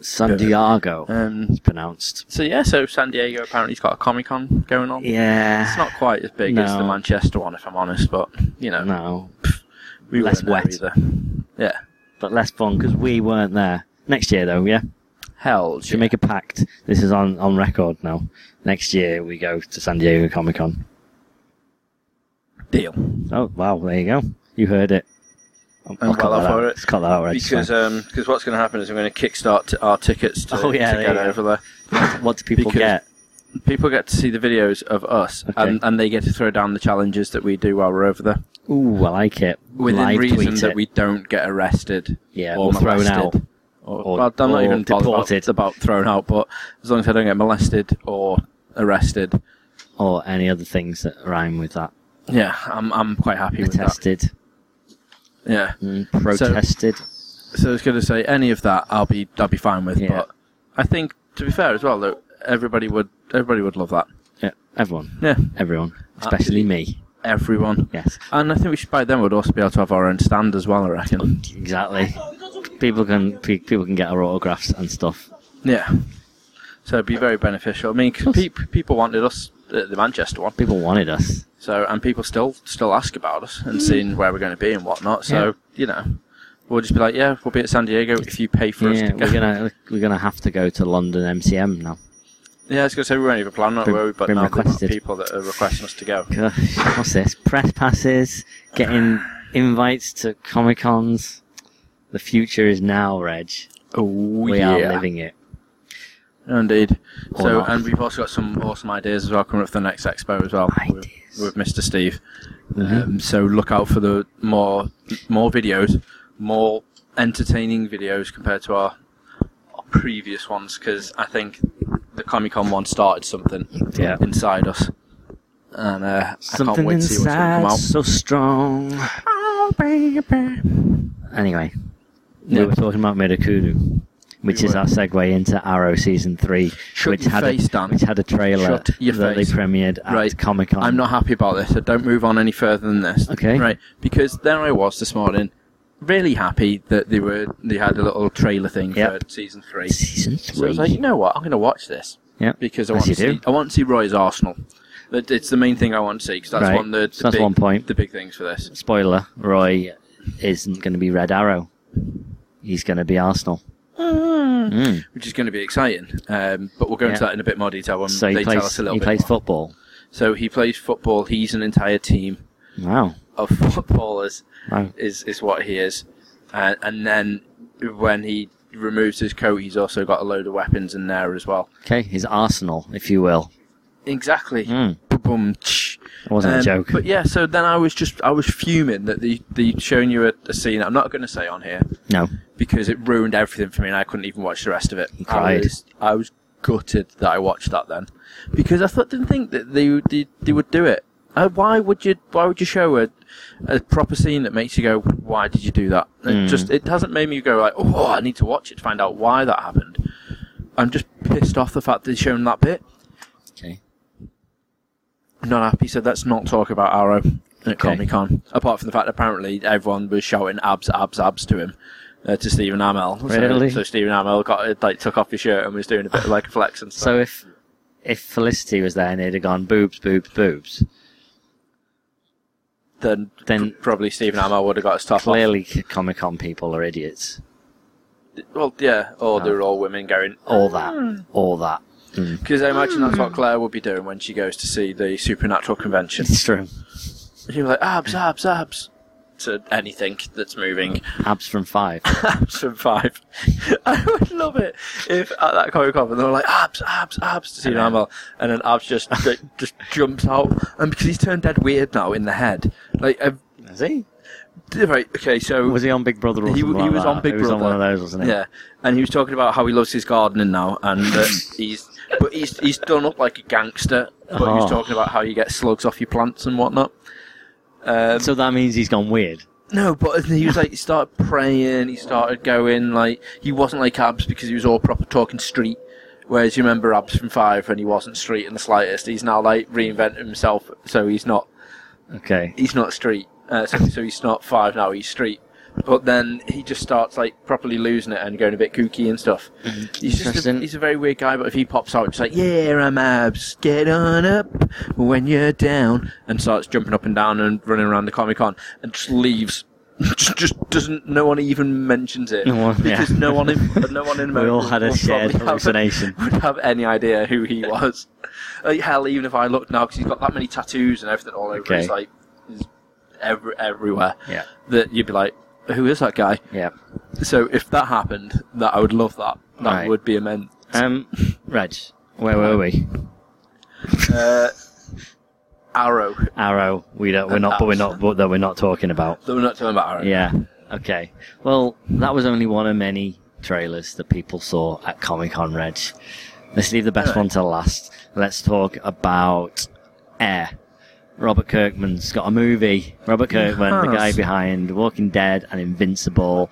[SPEAKER 3] San Diego,
[SPEAKER 1] Um,
[SPEAKER 3] it's pronounced.
[SPEAKER 1] so yeah, so San Diego apparently's got a Comic Con going on. It's
[SPEAKER 3] Yeah.
[SPEAKER 1] not quite as big as the
[SPEAKER 3] No.
[SPEAKER 1] Manchester one, if I'm honest, but you know,
[SPEAKER 3] No,
[SPEAKER 1] we
[SPEAKER 3] Less
[SPEAKER 1] weren't there either. Yeah,
[SPEAKER 3] but less fun because we weren't there. Next year, though, yeah.
[SPEAKER 1] hell,
[SPEAKER 3] Should make a pact. This is on, on record now. Next year, we go to San Diego Comic Con.
[SPEAKER 1] deal
[SPEAKER 3] Oh, wow, there you go. You heard it. I'll,
[SPEAKER 1] I'm well up
[SPEAKER 3] that out.
[SPEAKER 1] for it.
[SPEAKER 3] Let's cut that out, right? it's
[SPEAKER 1] because
[SPEAKER 3] fine.
[SPEAKER 1] um, cause what's going to happen is I'm going to kickstart t- our tickets to,
[SPEAKER 3] Oh, yeah,
[SPEAKER 1] to
[SPEAKER 3] there
[SPEAKER 1] get
[SPEAKER 3] you go.
[SPEAKER 1] over there.
[SPEAKER 3] what do people
[SPEAKER 1] because-
[SPEAKER 3] get?
[SPEAKER 1] People get to see the videos of us,
[SPEAKER 3] Okay.
[SPEAKER 1] and, and they get to throw down the challenges that we do while we're over there.
[SPEAKER 3] Ooh, I like it.
[SPEAKER 1] within
[SPEAKER 3] Live
[SPEAKER 1] reason
[SPEAKER 3] tweet
[SPEAKER 1] that
[SPEAKER 3] it.
[SPEAKER 1] we don't get arrested
[SPEAKER 3] Yeah,
[SPEAKER 1] or
[SPEAKER 3] or thrown
[SPEAKER 1] molested.
[SPEAKER 3] out.
[SPEAKER 1] Or,
[SPEAKER 3] Or-
[SPEAKER 1] well, I'm
[SPEAKER 3] or
[SPEAKER 1] not even bothered about-
[SPEAKER 3] deported.
[SPEAKER 1] about thrown out, but as long as I don't get molested or arrested,
[SPEAKER 3] Or any other things that rhyme with that.
[SPEAKER 1] yeah, I'm I'm quite happy with that.
[SPEAKER 3] Protested.
[SPEAKER 1] Yeah,
[SPEAKER 3] Mm, protested.
[SPEAKER 1] so I was going to say any of that, I'll be I'll be fine with.
[SPEAKER 3] Yeah.
[SPEAKER 1] But I think to be fair as well, though, everybody would everybody would love that.
[SPEAKER 3] yeah, everyone.
[SPEAKER 1] Yeah,
[SPEAKER 3] Everyone. Especially me.
[SPEAKER 1] everyone.
[SPEAKER 3] Yes.
[SPEAKER 1] And I think we should by then would also be able to have our own stand as well. I reckon.
[SPEAKER 3] Exactly. People can pe- people can get our autographs and stuff.
[SPEAKER 1] Yeah. So it'd be very beneficial. I mean, 'cause pe- people wanted us at the Manchester one.
[SPEAKER 3] People wanted us.
[SPEAKER 1] So and people still still ask about us and seeing where we're going to be and whatnot. So
[SPEAKER 3] Mm. Yeah.
[SPEAKER 1] you know, we'll just be like, yeah, we'll be at San Diego if you pay for us.
[SPEAKER 3] yeah,
[SPEAKER 1] To go.
[SPEAKER 3] we're gonna we're gonna have to go to London MCM now.
[SPEAKER 1] yeah, I was going to say we weren't even planning on it,
[SPEAKER 3] Been-
[SPEAKER 1] were we? But
[SPEAKER 3] been
[SPEAKER 1] now we've got
[SPEAKER 3] requested.
[SPEAKER 1] people that are requesting us to go.
[SPEAKER 3] Gosh, what's this? Press passes, getting invites to Comic Cons. The future is now, Reg.
[SPEAKER 1] Oh,
[SPEAKER 3] We
[SPEAKER 1] yeah.
[SPEAKER 3] are living it.
[SPEAKER 1] Indeed.
[SPEAKER 3] Or
[SPEAKER 1] so
[SPEAKER 3] not.
[SPEAKER 1] and we've also got some awesome ideas as well coming up for the next expo as well with,
[SPEAKER 3] Ideas. Mm-hmm.
[SPEAKER 1] with Mr. Steve. Um, so look out for the more more videos, more entertaining videos compared to our, our previous ones because I think the Comic Con one started something
[SPEAKER 3] Yeah.
[SPEAKER 1] inside us, and uh, I can't
[SPEAKER 3] Something
[SPEAKER 1] wait to see what's going to come
[SPEAKER 3] inside
[SPEAKER 1] out.
[SPEAKER 3] so strong. Anyway,
[SPEAKER 1] Yeah.
[SPEAKER 3] we were talking about Mirakuru, which
[SPEAKER 1] We
[SPEAKER 3] is
[SPEAKER 1] were.
[SPEAKER 3] our segue into Arrow season three,
[SPEAKER 1] Shut
[SPEAKER 3] which
[SPEAKER 1] your
[SPEAKER 3] had
[SPEAKER 1] face,
[SPEAKER 3] a
[SPEAKER 1] Dan.
[SPEAKER 3] which had a trailer
[SPEAKER 1] Shut your
[SPEAKER 3] that
[SPEAKER 1] face.
[SPEAKER 3] they premiered at
[SPEAKER 1] Right.
[SPEAKER 3] Comic Con.
[SPEAKER 1] I'm not happy about this, so don't move on any further than this.
[SPEAKER 3] Okay.
[SPEAKER 1] Right, because there I was this morning, really happy that they were they had a little trailer thing
[SPEAKER 3] Yep.
[SPEAKER 1] for season three.
[SPEAKER 3] season
[SPEAKER 1] So I
[SPEAKER 3] three.
[SPEAKER 1] was like, you know what, I'm going to watch this
[SPEAKER 3] yeah,
[SPEAKER 1] because I
[SPEAKER 3] As
[SPEAKER 1] want to
[SPEAKER 3] you do.
[SPEAKER 1] see I want to see Roy's Arsenal. That it's the main thing I want to see because that's
[SPEAKER 3] Right.
[SPEAKER 1] one of the, the
[SPEAKER 3] So that's
[SPEAKER 1] big,
[SPEAKER 3] one point.
[SPEAKER 1] the big things for this.
[SPEAKER 3] spoiler: Roy isn't going to be Red Arrow. He's going to be Arsenal. Mm.
[SPEAKER 1] which is going to be exciting. Um, but we'll go into
[SPEAKER 3] Yeah.
[SPEAKER 1] that in a bit more detail when
[SPEAKER 3] So
[SPEAKER 1] they
[SPEAKER 3] he
[SPEAKER 1] tell
[SPEAKER 3] plays
[SPEAKER 1] us a little
[SPEAKER 3] he
[SPEAKER 1] bit.
[SPEAKER 3] plays
[SPEAKER 1] more.
[SPEAKER 3] football.
[SPEAKER 1] so he plays football. He's an entire team
[SPEAKER 3] Wow.
[SPEAKER 1] of footballers,
[SPEAKER 3] Wow.
[SPEAKER 1] is is what he is. Uh, and then when he removes his coat, he's also got a load of weapons in there as well.
[SPEAKER 3] Okay, his Arsenal, if you will.
[SPEAKER 1] Exactly.
[SPEAKER 3] Mm.
[SPEAKER 1] Boom. tsh.
[SPEAKER 3] It wasn't
[SPEAKER 1] Hmm. Um,
[SPEAKER 3] a joke.
[SPEAKER 1] But yeah, so then I was just I was fuming that the the showing you a, a scene I'm not going to say on here
[SPEAKER 3] No.
[SPEAKER 1] because it ruined everything for me and I couldn't even watch the rest of it.
[SPEAKER 3] You cried.
[SPEAKER 1] I was, I was gutted that I watched that then because I thought didn't think that they would- they, they would do it. Uh, why would you Why would you show a a proper scene that makes you go Why did you do that? It
[SPEAKER 3] Mm.
[SPEAKER 1] just it hasn't made me go like Oh, I need to watch it to find out why that happened. I'm just pissed off the fact they've shown that bit.
[SPEAKER 3] Okay.
[SPEAKER 1] I'm not happy. So let's not talk about Arrow at Comic Con. Apart from the fact, apparently, everyone was shouting abs, abs, abs to him. Uh, to Stephen Amell, So-
[SPEAKER 3] Really?
[SPEAKER 1] So, Stephen Amell got it, like took off his shirt and was doing a bit of like a flex and stuff.
[SPEAKER 3] So if if Felicity was there and they'd have gone boobs, boobs, boobs,
[SPEAKER 1] then,
[SPEAKER 3] then-
[SPEAKER 1] pr- probably Stephen Amell would have got his top
[SPEAKER 3] clearly Comic Con people are idiots.
[SPEAKER 1] off. Well, yeah,
[SPEAKER 3] Oh.
[SPEAKER 1] or they were all women going
[SPEAKER 3] All that. All that.
[SPEAKER 1] because I imagine that's what Claire would be doing when she goes to see the supernatural convention.
[SPEAKER 3] It's true.
[SPEAKER 1] She was like abs, abs, abs to anything that's moving.
[SPEAKER 3] Abs from five.
[SPEAKER 1] abs from five. I would love it if at that Comic Con and they were like abs, abs, abs to see Amell, and then abs just like, just jumps out, and because he's turned dead weird now in the head. Like, um,
[SPEAKER 3] Is he?
[SPEAKER 1] right, okay, so
[SPEAKER 3] Was he on Big Brother or
[SPEAKER 1] He-
[SPEAKER 3] something
[SPEAKER 1] he
[SPEAKER 3] like
[SPEAKER 1] was
[SPEAKER 3] that?
[SPEAKER 1] on Big
[SPEAKER 3] He was on
[SPEAKER 1] Brother.
[SPEAKER 3] one of those, wasn't he?
[SPEAKER 1] yeah, and he was talking about how he loves his gardening now, and that he's but he's he's done up like a gangster. But he
[SPEAKER 3] Oh.
[SPEAKER 1] was talking about how you get slugs off your plants and whatnot. Um,
[SPEAKER 3] So that means he's gone weird.
[SPEAKER 1] No, but he was like, he started praying, he started going, like, he wasn't like Abs because he was all proper talking street. Whereas you remember Abs from Five when he wasn't street in the slightest. He's now like reinvented himself, so he's not,
[SPEAKER 3] Okay.
[SPEAKER 1] he's not street. Uh, so, so he's not Five now, he's street. But then he just starts like properly losing it and going a bit kooky and stuff. He's just a,
[SPEAKER 3] Mm-hmm. Interesting.
[SPEAKER 1] he's a very weird guy, but if he pops out, it's like, yeah, I'm abs, get on up when you're down, and starts jumping up and down and running around the Comic Con and just leaves. just just doesn't. No one even mentions it.
[SPEAKER 3] No one-
[SPEAKER 1] because
[SPEAKER 3] yeah.
[SPEAKER 1] no one in no one in
[SPEAKER 3] We all
[SPEAKER 1] America
[SPEAKER 3] had a
[SPEAKER 1] will
[SPEAKER 3] shared
[SPEAKER 1] probably have a-
[SPEAKER 3] hallucination.
[SPEAKER 1] would have any idea who he was. like, hell, even if I look now, because he's got that many tattoos and everything all over,
[SPEAKER 3] Okay.
[SPEAKER 1] it's like he's every, everywhere.
[SPEAKER 3] Yeah.
[SPEAKER 1] That you'd be like, who is that guy?
[SPEAKER 3] Yeah.
[SPEAKER 1] So if that happened, that I would love that. That
[SPEAKER 3] Right.
[SPEAKER 1] would be immense.
[SPEAKER 3] Um, Reg, where were we?
[SPEAKER 1] Uh, Arrow.
[SPEAKER 3] Arrow. We don't. We're
[SPEAKER 1] And
[SPEAKER 3] not. But we're
[SPEAKER 1] Abs.
[SPEAKER 3] not. But that we're not talking about.
[SPEAKER 1] Though We're not talking about Arrow.
[SPEAKER 3] Yeah. Okay. Well, that was only one of many trailers that people saw at Comic Con. Reg, let's leave the best
[SPEAKER 1] Alright.
[SPEAKER 3] one to last. Let's talk about Air. Robert Kirkman's got a movie. Robert Kirkman, the guy
[SPEAKER 1] has.
[SPEAKER 3] behind Walking Dead and Invincible,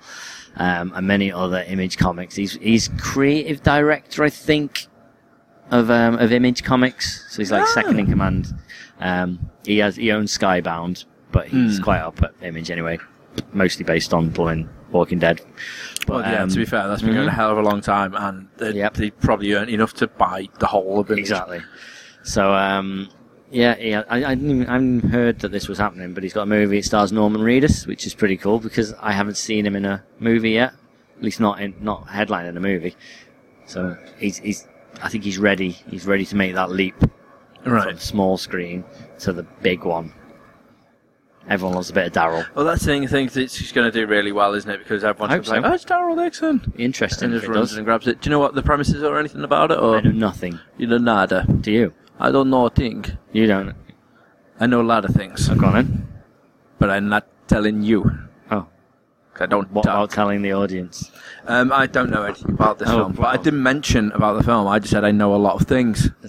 [SPEAKER 3] um, and many other Image Comics. He's he's creative director, I think, of um, of Image Comics. So he's
[SPEAKER 1] Ah.
[SPEAKER 3] like second in command. Um, he has he owns Skybound, but he's
[SPEAKER 1] Hmm.
[SPEAKER 3] quite up at Image anyway. Mostly based on blowing Walking Dead.
[SPEAKER 1] Well, yeah,
[SPEAKER 3] um,
[SPEAKER 1] to be fair, that's been going a
[SPEAKER 3] mhm.
[SPEAKER 1] hell of a long time, and they,
[SPEAKER 3] Yep.
[SPEAKER 1] they probably earned enough to buy the whole of it.
[SPEAKER 3] Exactly. So, um, yeah, yeah, I, I didn't even, I hadn't heard that this was happening, but he's got a movie. It stars Norman Reedus, which is pretty cool because I haven't seen him in a movie yet. At least not in not headline in a movie. So he's he's I think he's ready. He's ready to make that leap from
[SPEAKER 1] Right.
[SPEAKER 3] small screen to the big one. Everyone loves a bit of Daryl.
[SPEAKER 1] Well, that's the thing. Things that she's going to do really well, isn't it? Because everyone's
[SPEAKER 3] Hope
[SPEAKER 1] gonna be
[SPEAKER 3] so.
[SPEAKER 1] like, "Oh, it's Daryl Dixon."
[SPEAKER 3] Interesting.
[SPEAKER 1] and
[SPEAKER 3] If
[SPEAKER 1] just
[SPEAKER 3] it
[SPEAKER 1] runs
[SPEAKER 3] does.
[SPEAKER 1] and grabs it. Do you know what the premise is or anything about it?
[SPEAKER 3] I
[SPEAKER 1] Or
[SPEAKER 3] know nothing.
[SPEAKER 1] you know nada.
[SPEAKER 3] Do you?
[SPEAKER 1] I don't know a thing.
[SPEAKER 3] You don't.
[SPEAKER 1] I know a lot of things,
[SPEAKER 3] Go on then.
[SPEAKER 1] but I'm not telling you. 'Cause
[SPEAKER 3] Oh,
[SPEAKER 1] I don't.
[SPEAKER 3] what
[SPEAKER 1] talk.
[SPEAKER 3] about telling the audience?
[SPEAKER 1] Um, I don't know anything about this
[SPEAKER 3] Oh,
[SPEAKER 1] film, but I
[SPEAKER 3] wow.
[SPEAKER 1] didn't mention about the film. I just said I know a lot of things. I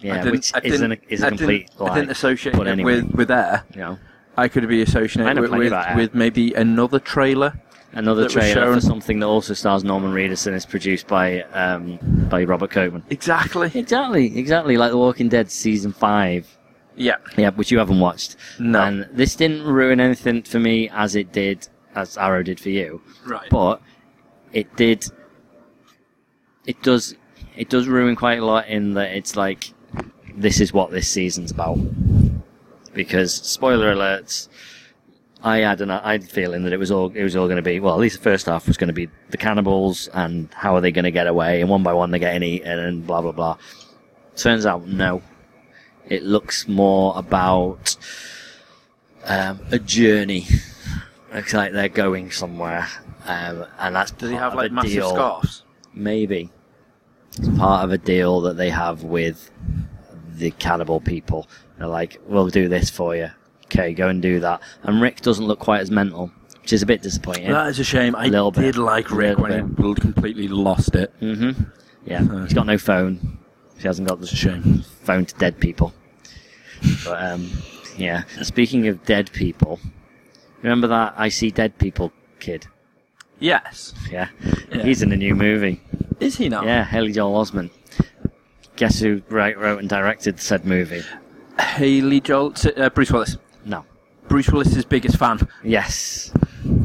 [SPEAKER 3] Yeah,
[SPEAKER 1] didn't-
[SPEAKER 3] which
[SPEAKER 1] I
[SPEAKER 3] isn't a,
[SPEAKER 1] didn't-
[SPEAKER 3] is a
[SPEAKER 1] I didn't-
[SPEAKER 3] complete lie.
[SPEAKER 1] I didn't associate
[SPEAKER 3] but
[SPEAKER 1] it
[SPEAKER 3] anyway,
[SPEAKER 1] with with air.
[SPEAKER 3] you know,
[SPEAKER 1] I could be
[SPEAKER 3] I
[SPEAKER 1] associated
[SPEAKER 3] know
[SPEAKER 1] with
[SPEAKER 3] plenty
[SPEAKER 1] with,
[SPEAKER 3] about Air.
[SPEAKER 1] with maybe another trailer.
[SPEAKER 3] another
[SPEAKER 1] that was
[SPEAKER 3] trailer
[SPEAKER 1] shown.
[SPEAKER 3] for something that also stars Norman Reedus and is produced by um, by Robert Kirkman.
[SPEAKER 1] Exactly.
[SPEAKER 3] Exactly, exactly like The Walking Dead season five.
[SPEAKER 1] Yeah.
[SPEAKER 3] Yeah, which you haven't watched.
[SPEAKER 1] No.
[SPEAKER 3] And this didn't ruin anything for me as it did as Arrow did for you.
[SPEAKER 1] Right.
[SPEAKER 3] But it did it does it does ruin quite a lot in that it's like this is what this season's about. Because spoiler alerts I had an I had a feeling that it was all it was all going to be well at least the first half was going to be the cannibals and how are they going to get away and one by one they're getting eaten and blah blah blah. Turns out no, it looks more about um, a journey. Looks like they're going somewhere, um, and that's
[SPEAKER 1] Does he
[SPEAKER 3] part
[SPEAKER 1] have
[SPEAKER 3] of
[SPEAKER 1] like
[SPEAKER 3] a
[SPEAKER 1] massive
[SPEAKER 3] deal.
[SPEAKER 1] scarves?
[SPEAKER 3] Maybe it's part of a deal that they have with the cannibal people. They're like, "We'll do this for you. Okay, go and do that." And Rick doesn't look quite as mental, which is a bit disappointing.
[SPEAKER 1] That is a shame. I
[SPEAKER 3] Little bit.
[SPEAKER 1] did like Rick
[SPEAKER 3] Little
[SPEAKER 1] when he completely lost it.
[SPEAKER 3] hmm Yeah, he's got no phone. She hasn't got the
[SPEAKER 1] It's a shame.
[SPEAKER 3] phone to dead people. But um, yeah, speaking of dead people, remember that I see dead people kid?
[SPEAKER 1] Yes.
[SPEAKER 3] Yeah,
[SPEAKER 1] Yeah.
[SPEAKER 3] he's in a new movie.
[SPEAKER 1] Is he now?
[SPEAKER 3] Yeah, Haley Joel Osment. Guess who wrote, wrote and directed said movie?
[SPEAKER 1] Haley Joel, S- uh, Bruce Willis.
[SPEAKER 3] No.
[SPEAKER 1] Bruce Willis's biggest fan,
[SPEAKER 3] Yes,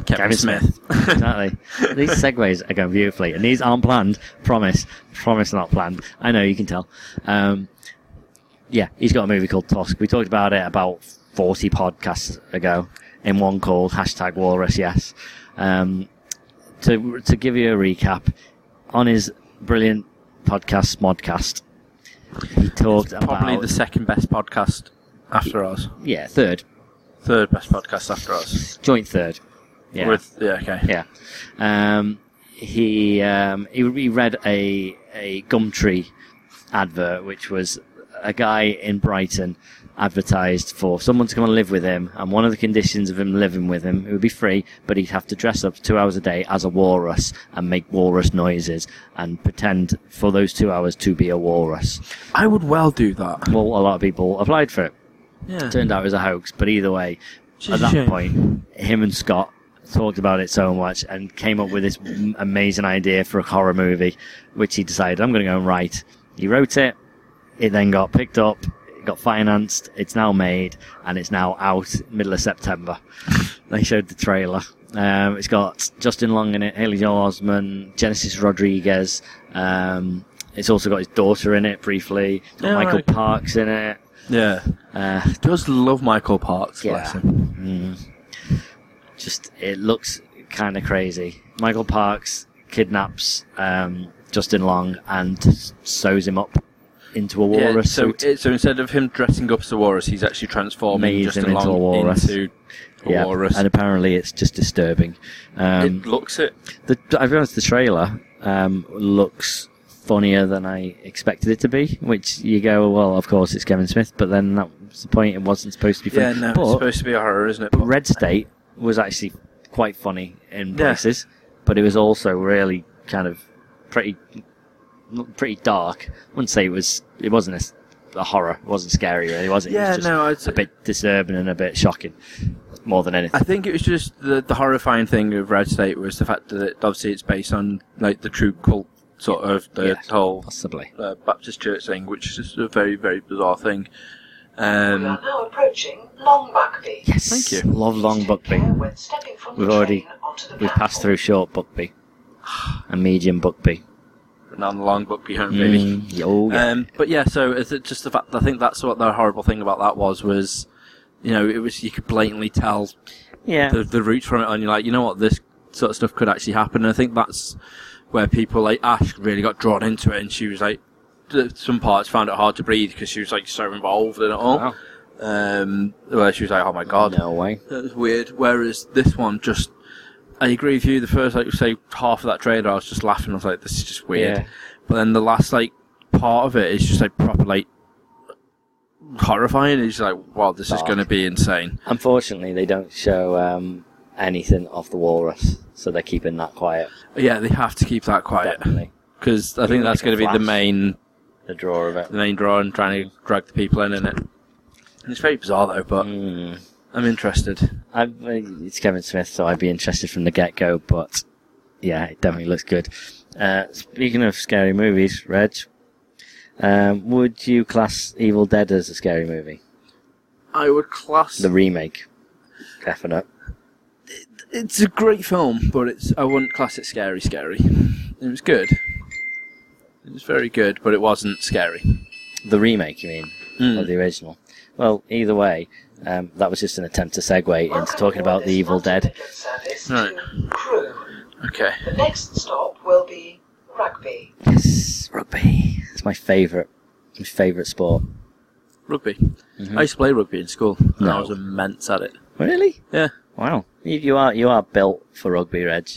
[SPEAKER 1] Kevin, Smith.
[SPEAKER 3] exactly. These segues are going beautifully, and these aren't planned. Promise, promise, not planned. I know you can tell. Um, yeah, he's got a movie called Tusk. We talked about it about forty podcasts ago in one called hashtag Walrus. Yes. Um, to to give you a recap on his brilliant podcast Smodcast, he talked
[SPEAKER 1] Probably
[SPEAKER 3] about
[SPEAKER 1] the second best podcast after ours.
[SPEAKER 3] yeah third
[SPEAKER 1] Third best podcast after ours.
[SPEAKER 3] joint third. Yeah.
[SPEAKER 1] With, yeah okay.
[SPEAKER 3] Yeah. Um, he, um, he he read a a Gumtree advert, which was a guy in Brighton advertised for someone to come and live with him, and one of the conditions of him living with him, it would be free, but he'd have to dress up two hours a day as a walrus and make walrus noises and pretend for those two hours to be a walrus.
[SPEAKER 1] I would well do that.
[SPEAKER 3] Well, a lot of people applied for it.
[SPEAKER 1] Yeah.
[SPEAKER 3] Turned out it was a hoax, but either way,
[SPEAKER 1] Which is
[SPEAKER 3] at
[SPEAKER 1] a
[SPEAKER 3] that
[SPEAKER 1] shame.
[SPEAKER 3] point, him and Scott talked about it so much and came up with this m- amazing idea for a horror movie, which he decided I'm going to go and write. He wrote it. It then got picked up, got financed. It's now made, and it's now out middle of September. they showed the trailer. Um, it's got Justin Long in it, Haley Joel Osment, Genesis Rodriguez. Um, it's also got his daughter in it briefly. It's got
[SPEAKER 1] Yeah,
[SPEAKER 3] Michael
[SPEAKER 1] right.
[SPEAKER 3] Parks in it.
[SPEAKER 1] Yeah.
[SPEAKER 3] Uh,
[SPEAKER 1] Does love Michael Parks,
[SPEAKER 3] Yeah.
[SPEAKER 1] bless him.
[SPEAKER 3] Mm. Just it looks kind of crazy. Michael Parks kidnaps um, Justin Long and sews him up into a
[SPEAKER 1] Yeah,
[SPEAKER 3] walrus
[SPEAKER 1] so,
[SPEAKER 3] suit.
[SPEAKER 1] it, so instead of him dressing up as a walrus, he's actually transforming
[SPEAKER 3] Made
[SPEAKER 1] Justin
[SPEAKER 3] him into
[SPEAKER 1] Long
[SPEAKER 3] a walrus.
[SPEAKER 1] into a
[SPEAKER 3] yeah,
[SPEAKER 1] walrus.
[SPEAKER 3] and apparently it's just disturbing. Um,
[SPEAKER 1] it looks it.
[SPEAKER 3] the, I've realised the trailer um, looks funnier than I expected it to be. Which you go, well, of course it's Kevin Smith, but then that was the point. It wasn't supposed to be
[SPEAKER 1] Yeah,
[SPEAKER 3] funny.
[SPEAKER 1] no,
[SPEAKER 3] But-
[SPEAKER 1] it's supposed to be a horror, isn't it?
[SPEAKER 3] But Red State was actually quite funny in
[SPEAKER 1] Yeah.
[SPEAKER 3] places, but it was also really kind of pretty, pretty dark. I wouldn't say it was. It wasn't a, s- a horror. It wasn't scary really, was it? it
[SPEAKER 1] yeah,
[SPEAKER 3] was just
[SPEAKER 1] no, I'd,
[SPEAKER 3] a bit disturbing and a bit shocking, more than anything.
[SPEAKER 1] I think it was just the, the horrifying thing of Red State was the fact that it, obviously it's based on like the true cult sort of the
[SPEAKER 3] Yeah.
[SPEAKER 1] whole
[SPEAKER 3] Possibly.
[SPEAKER 1] uh, Baptist church thing, which is just a very very bizarre thing.
[SPEAKER 4] we
[SPEAKER 1] Um,
[SPEAKER 4] are now approaching Long Buckby.
[SPEAKER 3] Yes.
[SPEAKER 1] Thank you.
[SPEAKER 3] Love long
[SPEAKER 4] Take care
[SPEAKER 3] Buckby.
[SPEAKER 4] when stepping from the
[SPEAKER 3] We've already-
[SPEAKER 4] train onto the
[SPEAKER 3] We've passed
[SPEAKER 4] platform.
[SPEAKER 3] through short Buckby and medium Buckby.
[SPEAKER 1] and on the long book be home, baby.
[SPEAKER 3] Mm, oh, yeah.
[SPEAKER 1] Um, but yeah, so is it just the fact I think that's what the horrible thing about that was was, you know, it was you could blatantly tell
[SPEAKER 3] yeah.
[SPEAKER 1] the, the roots from it, and you're like, you know what, this sort of stuff could actually happen. And I think that's where people like Ash really got drawn into it, and she was like, th- some parts found it hard to breathe because she was like so involved in it all.
[SPEAKER 3] Wow.
[SPEAKER 1] Um, where she was like, oh my god,
[SPEAKER 3] No way.
[SPEAKER 1] that was weird. Whereas this one just. I agree with you. The first, like, say, half of that trailer, I was just laughing. I was like, "This is just weird."
[SPEAKER 3] Yeah.
[SPEAKER 1] But then the last, like, part of it is just like proper, like, horrifying. It's just like, "Wow, this is
[SPEAKER 3] Dark.
[SPEAKER 1] going to be insane."
[SPEAKER 3] Unfortunately, they don't show um, anything of the walrus, so they're keeping that quiet.
[SPEAKER 1] Yeah, they have to keep that quiet.
[SPEAKER 3] Definitely,
[SPEAKER 1] because I think that's going
[SPEAKER 3] Like a
[SPEAKER 1] to be the
[SPEAKER 3] flash.
[SPEAKER 1] main
[SPEAKER 3] the draw of
[SPEAKER 1] the
[SPEAKER 3] it.
[SPEAKER 1] main draw and trying to drag the people in, isn't it? And It's very bizarre though, but
[SPEAKER 3] Mm.
[SPEAKER 1] I'm interested.
[SPEAKER 3] I, it's Kevin Smith, so I'd be interested from the get go. But yeah, it definitely looks good. Uh, speaking of scary movies, Reg, um, would you class Evil Dead as a scary movie?
[SPEAKER 1] I would class
[SPEAKER 3] The remake, definite.
[SPEAKER 1] it's a great film, but it's I wouldn't class it scary. Scary. It was good. It was very good, but it wasn't scary.
[SPEAKER 3] The remake, you mean, or
[SPEAKER 1] Mm.
[SPEAKER 3] the original? Well, either way, um, that was just an attempt to segue into
[SPEAKER 4] Welcome
[SPEAKER 3] talking
[SPEAKER 4] aboard
[SPEAKER 3] about the
[SPEAKER 4] this
[SPEAKER 3] Evil Dead.
[SPEAKER 4] Montague Service
[SPEAKER 1] Right.
[SPEAKER 4] to Crewe.
[SPEAKER 1] Okay.
[SPEAKER 4] The next stop will be Rugby.
[SPEAKER 3] Yes, rugby. It's my favourite, my favourite sport.
[SPEAKER 1] Rugby.
[SPEAKER 3] Mhm.
[SPEAKER 1] I used to play rugby in school, and I
[SPEAKER 3] No.
[SPEAKER 1] was immense at it.
[SPEAKER 3] Really?
[SPEAKER 1] Yeah.
[SPEAKER 3] Wow. You, you are you are built for rugby, Reg.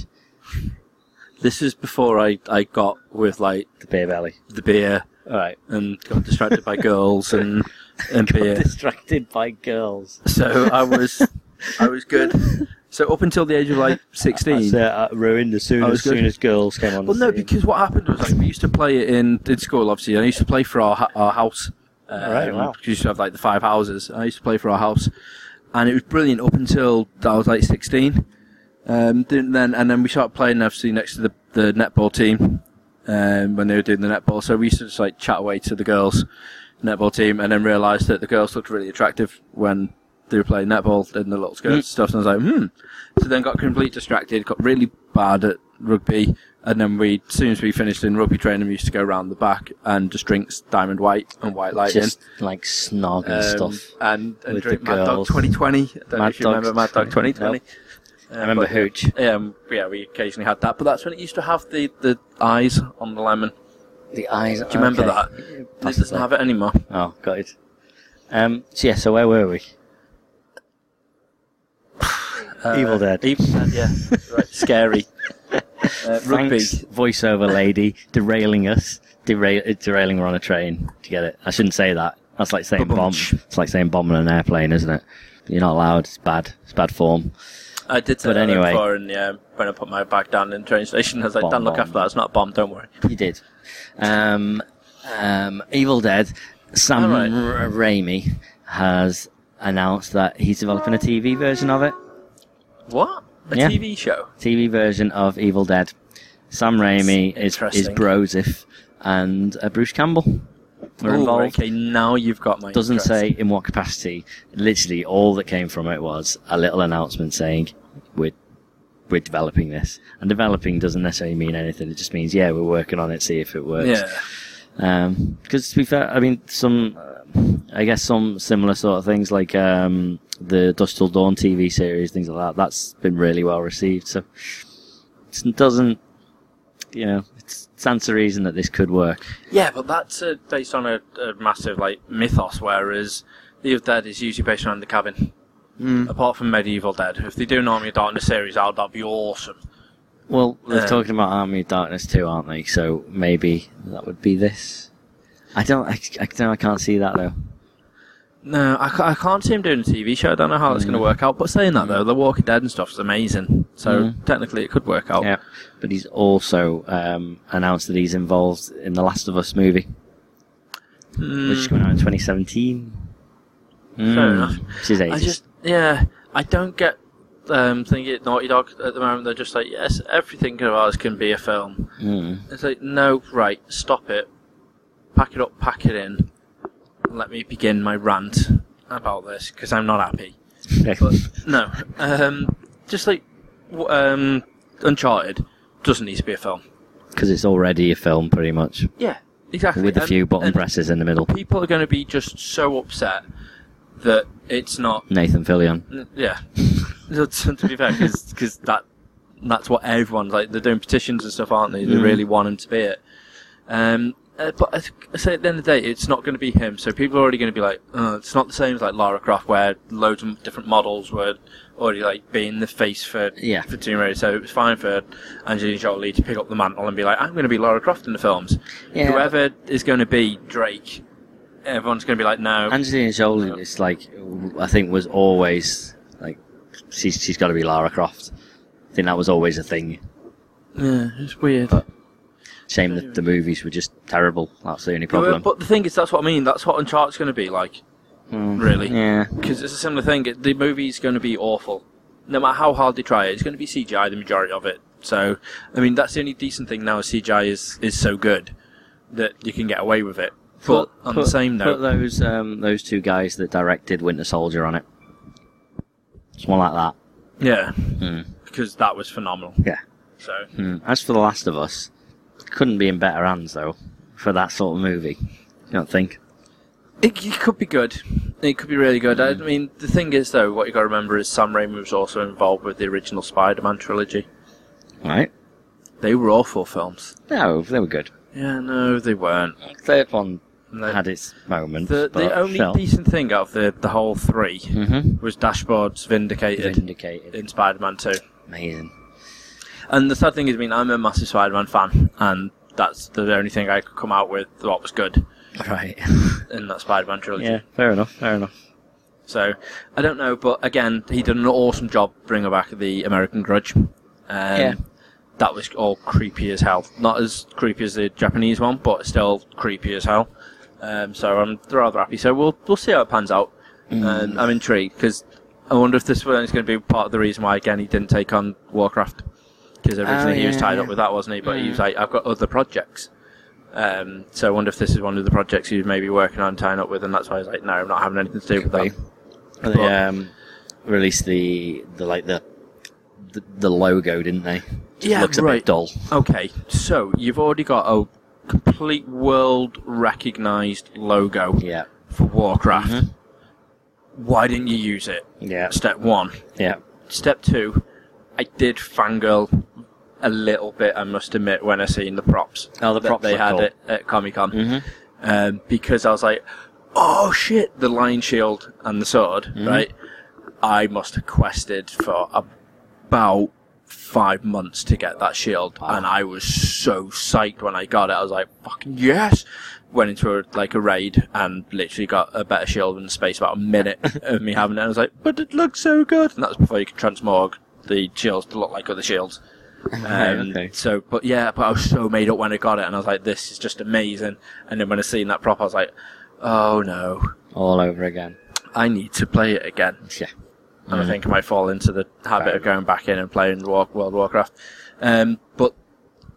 [SPEAKER 1] This is before I, I got with like
[SPEAKER 3] The beer belly.
[SPEAKER 1] the beer
[SPEAKER 3] All right.
[SPEAKER 1] and got distracted by girls and and
[SPEAKER 3] Got
[SPEAKER 1] beer.
[SPEAKER 3] distracted by girls.
[SPEAKER 1] So I was, I was good. So up until the age of like sixteen.
[SPEAKER 3] That's, uh, ruined as soon
[SPEAKER 1] I was
[SPEAKER 3] as, soon
[SPEAKER 1] good.
[SPEAKER 3] as girls came on.
[SPEAKER 1] Well,
[SPEAKER 3] the
[SPEAKER 1] no,
[SPEAKER 3] scene.
[SPEAKER 1] because what happened was like we used to play it in in school. Obviously, and I used to play for our hu- our house. Um,
[SPEAKER 3] Right, wow.
[SPEAKER 1] We used to have like the five houses. I used to play for our house, and it was brilliant up until I was like sixteen. Um, then then- and then we started playing obviously next to the the netball team um, when they were doing the netball. So we used to just like chat away to the girls netball team, and then realised that the girls looked really attractive when they were playing netball in the little skirts and stuff. And I was like, hmm. So then got completely distracted, got really bad at rugby, and then we, as soon as we finished in rugby training, we used to go round the back and just drink Diamond White and White Lightning.
[SPEAKER 3] just like snog and
[SPEAKER 1] um,
[SPEAKER 3] stuff.
[SPEAKER 1] and, and
[SPEAKER 3] with
[SPEAKER 1] drink
[SPEAKER 3] the
[SPEAKER 1] Mad Dog
[SPEAKER 3] girls.
[SPEAKER 1] 2020. I don't know
[SPEAKER 3] Mad
[SPEAKER 1] if you
[SPEAKER 3] Dog's
[SPEAKER 1] remember Mad Dog
[SPEAKER 3] 20.
[SPEAKER 1] 2020.
[SPEAKER 3] I remember hooch.
[SPEAKER 1] Um, yeah, we occasionally had that, but that's when it used to have the, the eyes on the lemon.
[SPEAKER 3] The eyes.
[SPEAKER 1] Do you remember
[SPEAKER 3] okay.
[SPEAKER 1] that? It doesn't
[SPEAKER 3] Possibly.
[SPEAKER 1] have it anymore.
[SPEAKER 3] Oh, got it. Um. So yeah. So where were we? Evil Dead.
[SPEAKER 1] Evil Dead, Uh, yeah. right, scary. Uh, rugby.
[SPEAKER 3] Thanks, voiceover lady, derailing us. Derail, uh, derailing we're on a train. Do you get it? I shouldn't say that. That's like saying bomb.
[SPEAKER 1] Ba-bumch.
[SPEAKER 3] It's like saying bomb on an airplane, isn't it? You're not allowed. It's bad. It's bad form.
[SPEAKER 1] I did say
[SPEAKER 3] But
[SPEAKER 1] that
[SPEAKER 3] anyway.
[SPEAKER 1] before, and yeah, when I put my bag down in the train station, I was like,
[SPEAKER 3] Bomb,
[SPEAKER 1] "Don't look
[SPEAKER 3] bomb.
[SPEAKER 1] after that. It's not a bomb. Don't worry."
[SPEAKER 3] You did. Um, um, Evil Dead. Sam
[SPEAKER 1] All right.
[SPEAKER 3] R- Raimi has announced that he's developing a TV version of it.
[SPEAKER 1] What? A
[SPEAKER 3] Yeah.
[SPEAKER 1] TV show?
[SPEAKER 3] TV version of Evil Dead. Sam Raimi is is
[SPEAKER 1] Interesting.
[SPEAKER 3] Brosif and uh, Bruce Campbell. were
[SPEAKER 1] Ooh,
[SPEAKER 3] involved.
[SPEAKER 1] Okay, now you've got my.
[SPEAKER 3] Doesn't
[SPEAKER 1] interest.
[SPEAKER 3] say in what capacity. Literally, all that came from it was a little announcement saying we're we're developing this, and developing doesn't necessarily mean anything. It just means yeah, we're working on it, see if it works.
[SPEAKER 1] Yeah.
[SPEAKER 3] because to be fair, I mean, some, uh, I guess, some similar sort of things like um, the Dust Till Dawn TV series, things like that. That's been really well received. So it doesn't, you know, it's, it stands to reason that this could work.
[SPEAKER 1] Yeah, but that's uh, based on a, a massive like mythos, whereas League of Dead is usually based around the cabin.
[SPEAKER 3] Hmm.
[SPEAKER 1] Apart from Medieval Dead, if they do an Army of Darkness series, that that'd be awesome.
[SPEAKER 3] Well, they're
[SPEAKER 1] Uh,
[SPEAKER 3] talking about Army of Darkness too, aren't they? So maybe that would be this. I don't, I, I, no, I can't see that though.
[SPEAKER 1] No, I, ca- I can't see him doing a TV show. I don't know how it's
[SPEAKER 3] Mm.
[SPEAKER 1] going to work out. But saying that though, The Walking Dead and stuff's amazing, so technically it could work out.
[SPEAKER 3] Mm. Yeah, but he's also um, announced that he's involved in the Last of Us movie, which is coming out in 2017.
[SPEAKER 1] Mm. Fair enough.
[SPEAKER 3] Which is
[SPEAKER 1] I
[SPEAKER 3] ages.
[SPEAKER 1] just, yeah, I don't get um, thinking at Naughty Dog at the moment. They're just like, yes, everything of ours can be a film.
[SPEAKER 3] Mm.
[SPEAKER 1] It's like, no, right, stop it, pack it up, pack it in. Let me begin my rant about this because I'm not happy. But no, um, just like w- um, Uncharted doesn't need to be a film.
[SPEAKER 3] Because it's already a film, pretty much,
[SPEAKER 1] Yeah, exactly.
[SPEAKER 3] with a
[SPEAKER 1] And-
[SPEAKER 3] few button
[SPEAKER 1] and
[SPEAKER 3] presses in the middle.
[SPEAKER 1] People are going to be just so upset that it's not
[SPEAKER 3] Nathan Fillion.
[SPEAKER 1] N- Yeah. to to be fair, because that that's what everyone's like. They're doing petitions and stuff, aren't they?
[SPEAKER 3] Mm.
[SPEAKER 1] They really want him to be it. Um, uh, but I, th- I say at the end of the day, it's not going to be him. So people are already going to be like, oh, it's not the same as like Lara Croft, where loads of different models were already like being the face for
[SPEAKER 3] Yeah.
[SPEAKER 1] for Tomb Raider. So it was fine for Angelina Jolie to pick up the mantle and be like, I'm going to be Lara Croft in the films.
[SPEAKER 3] Yeah.
[SPEAKER 1] Whoever is going to be Drake, everyone's going to be like, no.
[SPEAKER 3] Angelina Jolie is like, w- I think was always like, she's she's got to be Lara Croft. I think that was always a thing.
[SPEAKER 1] yeah, it's weird.
[SPEAKER 3] Shame that the movies were just terrible. That's the only
[SPEAKER 1] Yeah,
[SPEAKER 3] problem.
[SPEAKER 1] But the thing is, that's what I mean. That's what Uncharted's going to be like,
[SPEAKER 3] Mm.
[SPEAKER 1] really.
[SPEAKER 3] Yeah.
[SPEAKER 1] Because it's a similar thing. it- The movie's going to be awful. No matter how hard they try it, it's going to be CGI, the majority of it. So, I mean, that's the only decent thing now is CGI is, is so good that you can get away with it. But on the same
[SPEAKER 3] put
[SPEAKER 1] note,
[SPEAKER 3] those um, those two guys that directed Winter Soldier on it. Someone like that.
[SPEAKER 1] yeah,
[SPEAKER 3] Mm.
[SPEAKER 1] because that was phenomenal.
[SPEAKER 3] Yeah.
[SPEAKER 1] So,
[SPEAKER 3] As for The Last of Us, couldn't be in better hands though for that sort of movie. You don't think?
[SPEAKER 1] It, it could be good. It could be really good. I mean, the thing is, though, what you got to remember is Sam Raimi was also involved with the original Spider-Man trilogy.
[SPEAKER 3] Right?
[SPEAKER 1] They were awful films.
[SPEAKER 3] No, they were good.
[SPEAKER 1] Yeah, no, they weren't.
[SPEAKER 3] Third one
[SPEAKER 1] No.
[SPEAKER 3] had its moments.
[SPEAKER 1] The, the only decent thing out of the, the whole three
[SPEAKER 3] mm-hmm.
[SPEAKER 1] was Dashboard's Vindicated
[SPEAKER 3] vindicated.
[SPEAKER 1] in Spider Man 2.
[SPEAKER 3] Amazing.
[SPEAKER 1] And the sad thing is, I mean, I'm a massive Spider Man fan, and that's the only thing I could come out with what was good
[SPEAKER 3] Right.
[SPEAKER 1] in that Spider Man trilogy.
[SPEAKER 3] yeah. Fair enough. Fair enough.
[SPEAKER 1] So, I don't know, but again, he did an awesome job bringing back the American Grudge. Um,
[SPEAKER 3] Yeah.
[SPEAKER 1] That was all creepy as hell. Not as creepy as the Japanese one, but still creepy as hell. Um, so I'm rather happy. So we'll we'll see how it pans out.
[SPEAKER 3] Mm.
[SPEAKER 1] And I'm intrigued because I wonder if this one is going to be part of the reason why again he didn't take on Warcraft because originally he was
[SPEAKER 3] Oh, yeah,
[SPEAKER 1] tied
[SPEAKER 3] yeah. Mm.
[SPEAKER 1] up with that, wasn't he? But he was like, I've got other projects. Um, so I wonder if this is one of the projects he was maybe working on tying up with, and that's why he's like, no, I'm not having anything to do with that.
[SPEAKER 3] be. They um, released the the like the the, the logo, didn't they? Just
[SPEAKER 1] Yeah,
[SPEAKER 3] looks a
[SPEAKER 1] right.
[SPEAKER 3] bit dull.
[SPEAKER 1] Okay, so you've already got a complete world recognized logo
[SPEAKER 3] Yeah.
[SPEAKER 1] for Warcraft.
[SPEAKER 3] Mm-hmm.
[SPEAKER 1] Why didn't you use it?
[SPEAKER 3] Yeah.
[SPEAKER 1] Step one.
[SPEAKER 3] Yeah.
[SPEAKER 1] Step two, I did fangirl a little bit, I must admit, when I seen the props.
[SPEAKER 3] Oh, the
[SPEAKER 1] that
[SPEAKER 3] props
[SPEAKER 1] they
[SPEAKER 3] look
[SPEAKER 1] had
[SPEAKER 3] cool. Mm-hmm.
[SPEAKER 1] it at Comic Con. Um, because I was like, oh shit, the lion shield and the sword,
[SPEAKER 3] Mm-hmm.
[SPEAKER 1] right? I must have quested for about five months to get that shield, and I was so psyched when I got it. I was like, fucking yes! Went into a, like a raid and literally got a better shield in space about a minute of me having it. I was like, but it looks so good, and that was before you could transmog the shields to look like other shields. Um,
[SPEAKER 3] okay.
[SPEAKER 1] So, but yeah, but I was so made up when I got it, and I was like, "This is just amazing." And then when I seen that prop, I was like, "Oh no,
[SPEAKER 3] All over again.
[SPEAKER 1] I need to play it again."
[SPEAKER 3] Yeah.
[SPEAKER 1] and I think I might fall into the habit of going back in and playing War- World of uh, Warcraft. Um, but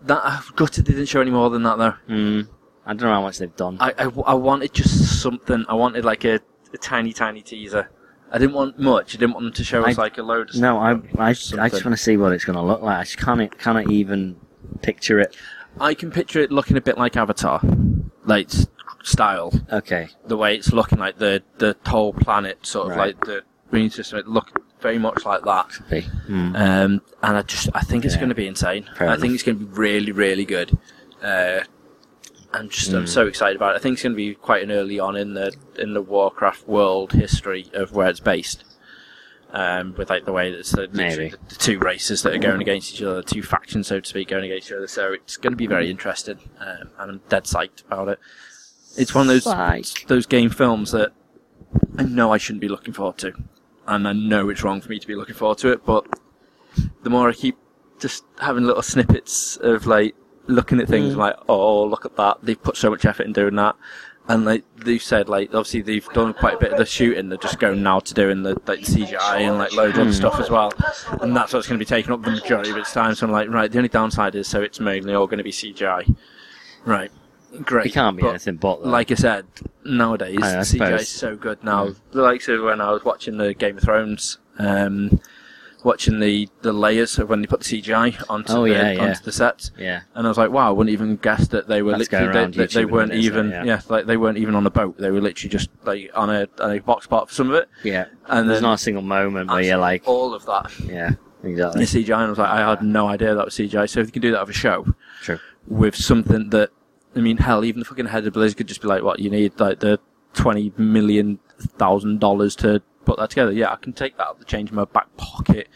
[SPEAKER 1] that I've gutted they didn't show any more than that though.
[SPEAKER 3] Mm. I don't know how much they've done.
[SPEAKER 1] I, I w- I wanted just something. I wanted like a, a tiny, tiny teaser. I didn't want much. I didn't want them to show us
[SPEAKER 3] I-
[SPEAKER 1] like a load of stuff.
[SPEAKER 3] No, I I, I just
[SPEAKER 1] Something.
[SPEAKER 3] want to see what it's going to look like. I just can't cannot even picture it.
[SPEAKER 1] I can picture it looking a bit like Avatar, like s- style,
[SPEAKER 3] Okay,
[SPEAKER 1] the way it's looking like the the whole planet, sort of
[SPEAKER 3] Right.
[SPEAKER 1] like the green system. It looked very much like that.
[SPEAKER 3] could be. Hmm.
[SPEAKER 1] Um, and I just, I think it's
[SPEAKER 3] Yeah.
[SPEAKER 1] going to be insane.
[SPEAKER 3] Fair
[SPEAKER 1] I
[SPEAKER 3] enough.
[SPEAKER 1] think it's going to be really, really good. Uh, I'm just,
[SPEAKER 3] Mm.
[SPEAKER 1] I'm so excited about it. I think it's going to be quite an early on in the in the Warcraft world history of where it's based. Um, with like the way that it's the,
[SPEAKER 3] Maybe.
[SPEAKER 1] the, the two races that are going against each other, the two factions, so to speak, going against each other. So it's going to be
[SPEAKER 3] Mm.
[SPEAKER 1] very interesting, um, and I'm dead psyched about it. It's one of those
[SPEAKER 3] Psych.
[SPEAKER 1] those game films that I know I shouldn't be looking forward to, and I know it's wrong for me to be looking forward to it. But the more I keep just having little snippets of like looking at
[SPEAKER 3] Mm.
[SPEAKER 1] things like, oh, look at that, they've put so much effort in doing that. And like they've said, like obviously they've done quite a bit of the shooting. They're just going now to doing the like CGI and like loads of
[SPEAKER 3] Mm. Hmm.
[SPEAKER 1] other stuff as well, and that's what's going to be taking up the majority of its time. So I'm like, right, the only downside is so it's mainly all going to be CGI. Right, great.
[SPEAKER 3] It can't be
[SPEAKER 1] but-
[SPEAKER 3] anything but that.
[SPEAKER 1] like I said, nowadays
[SPEAKER 3] I know, I
[SPEAKER 1] CGI is
[SPEAKER 3] suppose.
[SPEAKER 1] so good now. The likes of when I was watching the Game of Thrones, um, watching the, the layers of when they put the CGI onto,
[SPEAKER 3] Oh,
[SPEAKER 1] the,
[SPEAKER 3] yeah, yeah.
[SPEAKER 1] onto the sets,
[SPEAKER 3] yeah,
[SPEAKER 1] and I was like, wow, I wouldn't even guess that they were
[SPEAKER 3] That's
[SPEAKER 1] literally
[SPEAKER 3] going around
[SPEAKER 1] they, they, they
[SPEAKER 3] YouTube and
[SPEAKER 1] weren't
[SPEAKER 3] it, isn't
[SPEAKER 1] even
[SPEAKER 3] it? Yeah.
[SPEAKER 1] like they weren't even on a boat. They were literally just like on a, on a box part for some of it,
[SPEAKER 3] yeah.
[SPEAKER 1] and
[SPEAKER 3] There's
[SPEAKER 1] then
[SPEAKER 3] not a single moment where you're like,
[SPEAKER 1] all of that
[SPEAKER 3] yeah,
[SPEAKER 1] in
[SPEAKER 3] exactly.
[SPEAKER 1] CGI. And I was like, I had no idea that was CGI. So if they can do that with a show,
[SPEAKER 3] True.
[SPEAKER 1] with something that I mean, hell, even the fucking head of Blizzard could just be like, "What you need, like the twenty million thousand dollars to put that together." Yeah, I can take that out the change in my back pocket.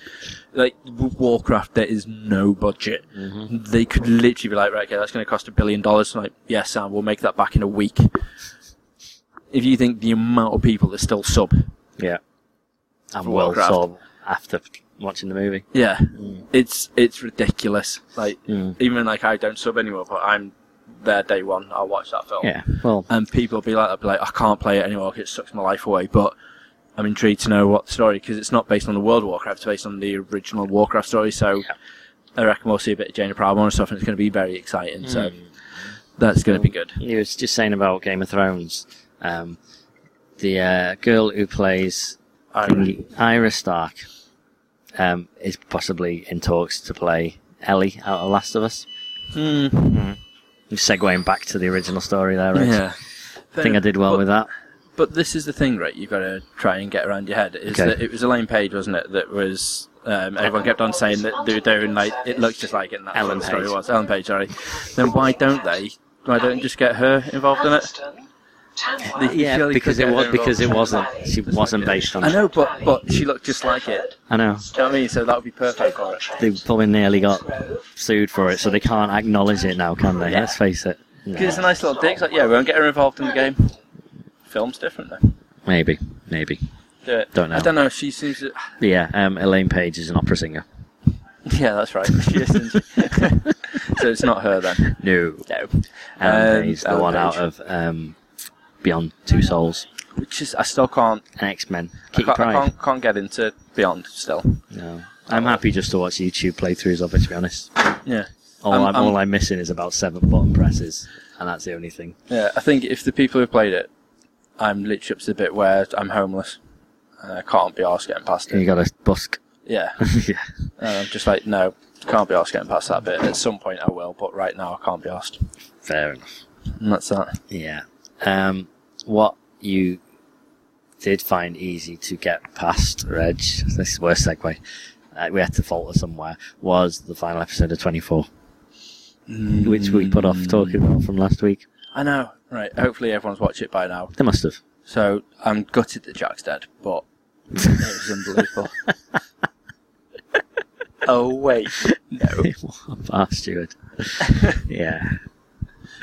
[SPEAKER 1] Like with Warcraft, there is no budget. They could literally be like, "Right, okay, that's going to cost a billion dollars." I'm like, yes, Sam, we'll make that back in a week. If you think the amount of people that still sub,
[SPEAKER 3] Yeah, I'm
[SPEAKER 1] For
[SPEAKER 3] well
[SPEAKER 1] Warcraft.
[SPEAKER 3] sold after watching the movie.
[SPEAKER 1] yeah, it's it's ridiculous. Like
[SPEAKER 3] Mm.
[SPEAKER 1] even like I don't sub anymore, but I'm there day one. I'll watch that film.
[SPEAKER 3] Yeah, well,
[SPEAKER 1] and people be like, they'll be like, I can't play it anymore. 'cause It sucks my life away. But I'm intrigued to know what the story because it's not based on the World of Warcraft. It's based on the original Warcraft story. So I reckon we'll see a bit of Jane of Parma and stuff, and it's going to be very exciting. So that's going to be good.
[SPEAKER 3] you was just saying about Game of Thrones. Um, the uh, girl who plays
[SPEAKER 1] I'm,
[SPEAKER 3] Ira Stark um, is possibly in talks to play Ellie out of Last of Us. Hmm. I'm segueing back to the original story there, right?
[SPEAKER 1] yeah.
[SPEAKER 3] I think I did well
[SPEAKER 1] but,
[SPEAKER 3] with that.
[SPEAKER 1] But this is the thing, right? You've got to try and get around your head. Is
[SPEAKER 3] Okay.
[SPEAKER 1] that it was Elaine Page, wasn't it? That was um, everyone kept on saying that they were doing like it looks just like it. And that's
[SPEAKER 3] Ellen
[SPEAKER 1] what the story
[SPEAKER 3] Page.
[SPEAKER 1] was Ellen Page. Sorry. Then why don't they? Why don't they just get her involved in it?
[SPEAKER 4] Helston,
[SPEAKER 1] The-
[SPEAKER 4] Tamworth,
[SPEAKER 1] Yeah,
[SPEAKER 3] Yeah,
[SPEAKER 1] surely
[SPEAKER 3] because
[SPEAKER 1] could
[SPEAKER 3] it
[SPEAKER 1] get
[SPEAKER 3] was
[SPEAKER 1] her
[SPEAKER 3] because it
[SPEAKER 4] involved.
[SPEAKER 3] wasn't. She
[SPEAKER 4] Just
[SPEAKER 3] wasn't based on.
[SPEAKER 1] I know, but but she looked just like it.
[SPEAKER 4] Stafford,
[SPEAKER 3] I
[SPEAKER 1] Do
[SPEAKER 3] know.
[SPEAKER 1] you know what I mean? So that would be perfect for it.
[SPEAKER 4] Stoke-on-Trent,
[SPEAKER 3] They probably nearly got
[SPEAKER 4] Grove,
[SPEAKER 3] sued for it, so they can't acknowledge it now, can they?
[SPEAKER 1] Yeah.
[SPEAKER 3] Let's face it. No.
[SPEAKER 1] Because it's a nice little dick. It's like, yeah, we won't get her involved in the game. Film's different though.
[SPEAKER 3] Maybe, maybe.
[SPEAKER 1] Do it.
[SPEAKER 3] Don't know.
[SPEAKER 1] I don't know. She seems. To...
[SPEAKER 3] Yeah, um, Elaine Page is an opera singer.
[SPEAKER 1] Yeah, that's right. She is, isn't she? so it's not her then.
[SPEAKER 3] No,
[SPEAKER 1] No.
[SPEAKER 3] Ellen
[SPEAKER 1] Um,
[SPEAKER 3] Page, the
[SPEAKER 1] Ellen
[SPEAKER 3] one out
[SPEAKER 1] Page.
[SPEAKER 3] of um, Beyond Two Souls
[SPEAKER 1] Which is, I still can't.
[SPEAKER 3] and X Men.
[SPEAKER 1] I
[SPEAKER 3] Kitty
[SPEAKER 1] can't, I
[SPEAKER 3] Pryde.
[SPEAKER 1] can't, can't get into Beyond still.
[SPEAKER 3] No, I'm happy just to watch YouTube playthroughs of it. To be honest,
[SPEAKER 1] Yeah.
[SPEAKER 3] all
[SPEAKER 1] I'm-
[SPEAKER 3] I'm,
[SPEAKER 1] I'm-
[SPEAKER 3] all I'm missing is about seven button presses, and that's the only thing.
[SPEAKER 1] Yeah, I think if the people who played it, I'm literally up to the bit where I'm homeless. And I can't be arsed getting past
[SPEAKER 3] You
[SPEAKER 1] it.
[SPEAKER 3] got a busk.
[SPEAKER 1] Yeah.
[SPEAKER 3] yeah.
[SPEAKER 1] And I'm just like, no, can't be arsed getting past that bit. At some point I will, but right now I can't be arsed.
[SPEAKER 3] Fair enough.
[SPEAKER 1] And that's that.
[SPEAKER 3] Yeah. Um, what you did find easy to get past, Reg, this is the worst segue, uh, we had to falter somewhere, was the final episode of 24, which we put off talking about from last week.
[SPEAKER 1] I know. Right. Hopefully everyone's watched it by now.
[SPEAKER 3] They must have.
[SPEAKER 1] So I'm gutted that Jack's dead, but it was unbelievable. oh wait, no.
[SPEAKER 3] what a bastard. yeah.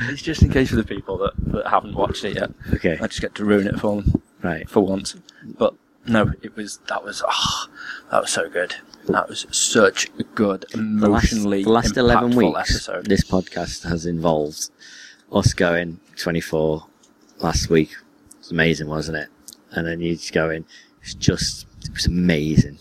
[SPEAKER 1] It's just in case for the people that, that haven't watched it yet.
[SPEAKER 3] Okay.
[SPEAKER 1] I just get to ruin it for them
[SPEAKER 3] Right.
[SPEAKER 1] for once. But no, it was that was ah, that was so good. That was such a good
[SPEAKER 3] The last,
[SPEAKER 1] emotionally
[SPEAKER 3] the last 11
[SPEAKER 1] impactful
[SPEAKER 3] weeks,
[SPEAKER 1] episode.
[SPEAKER 3] this podcast has involved us going 24 last week. It was amazing, wasn't it? And then you just go in, it's just, it was amazing.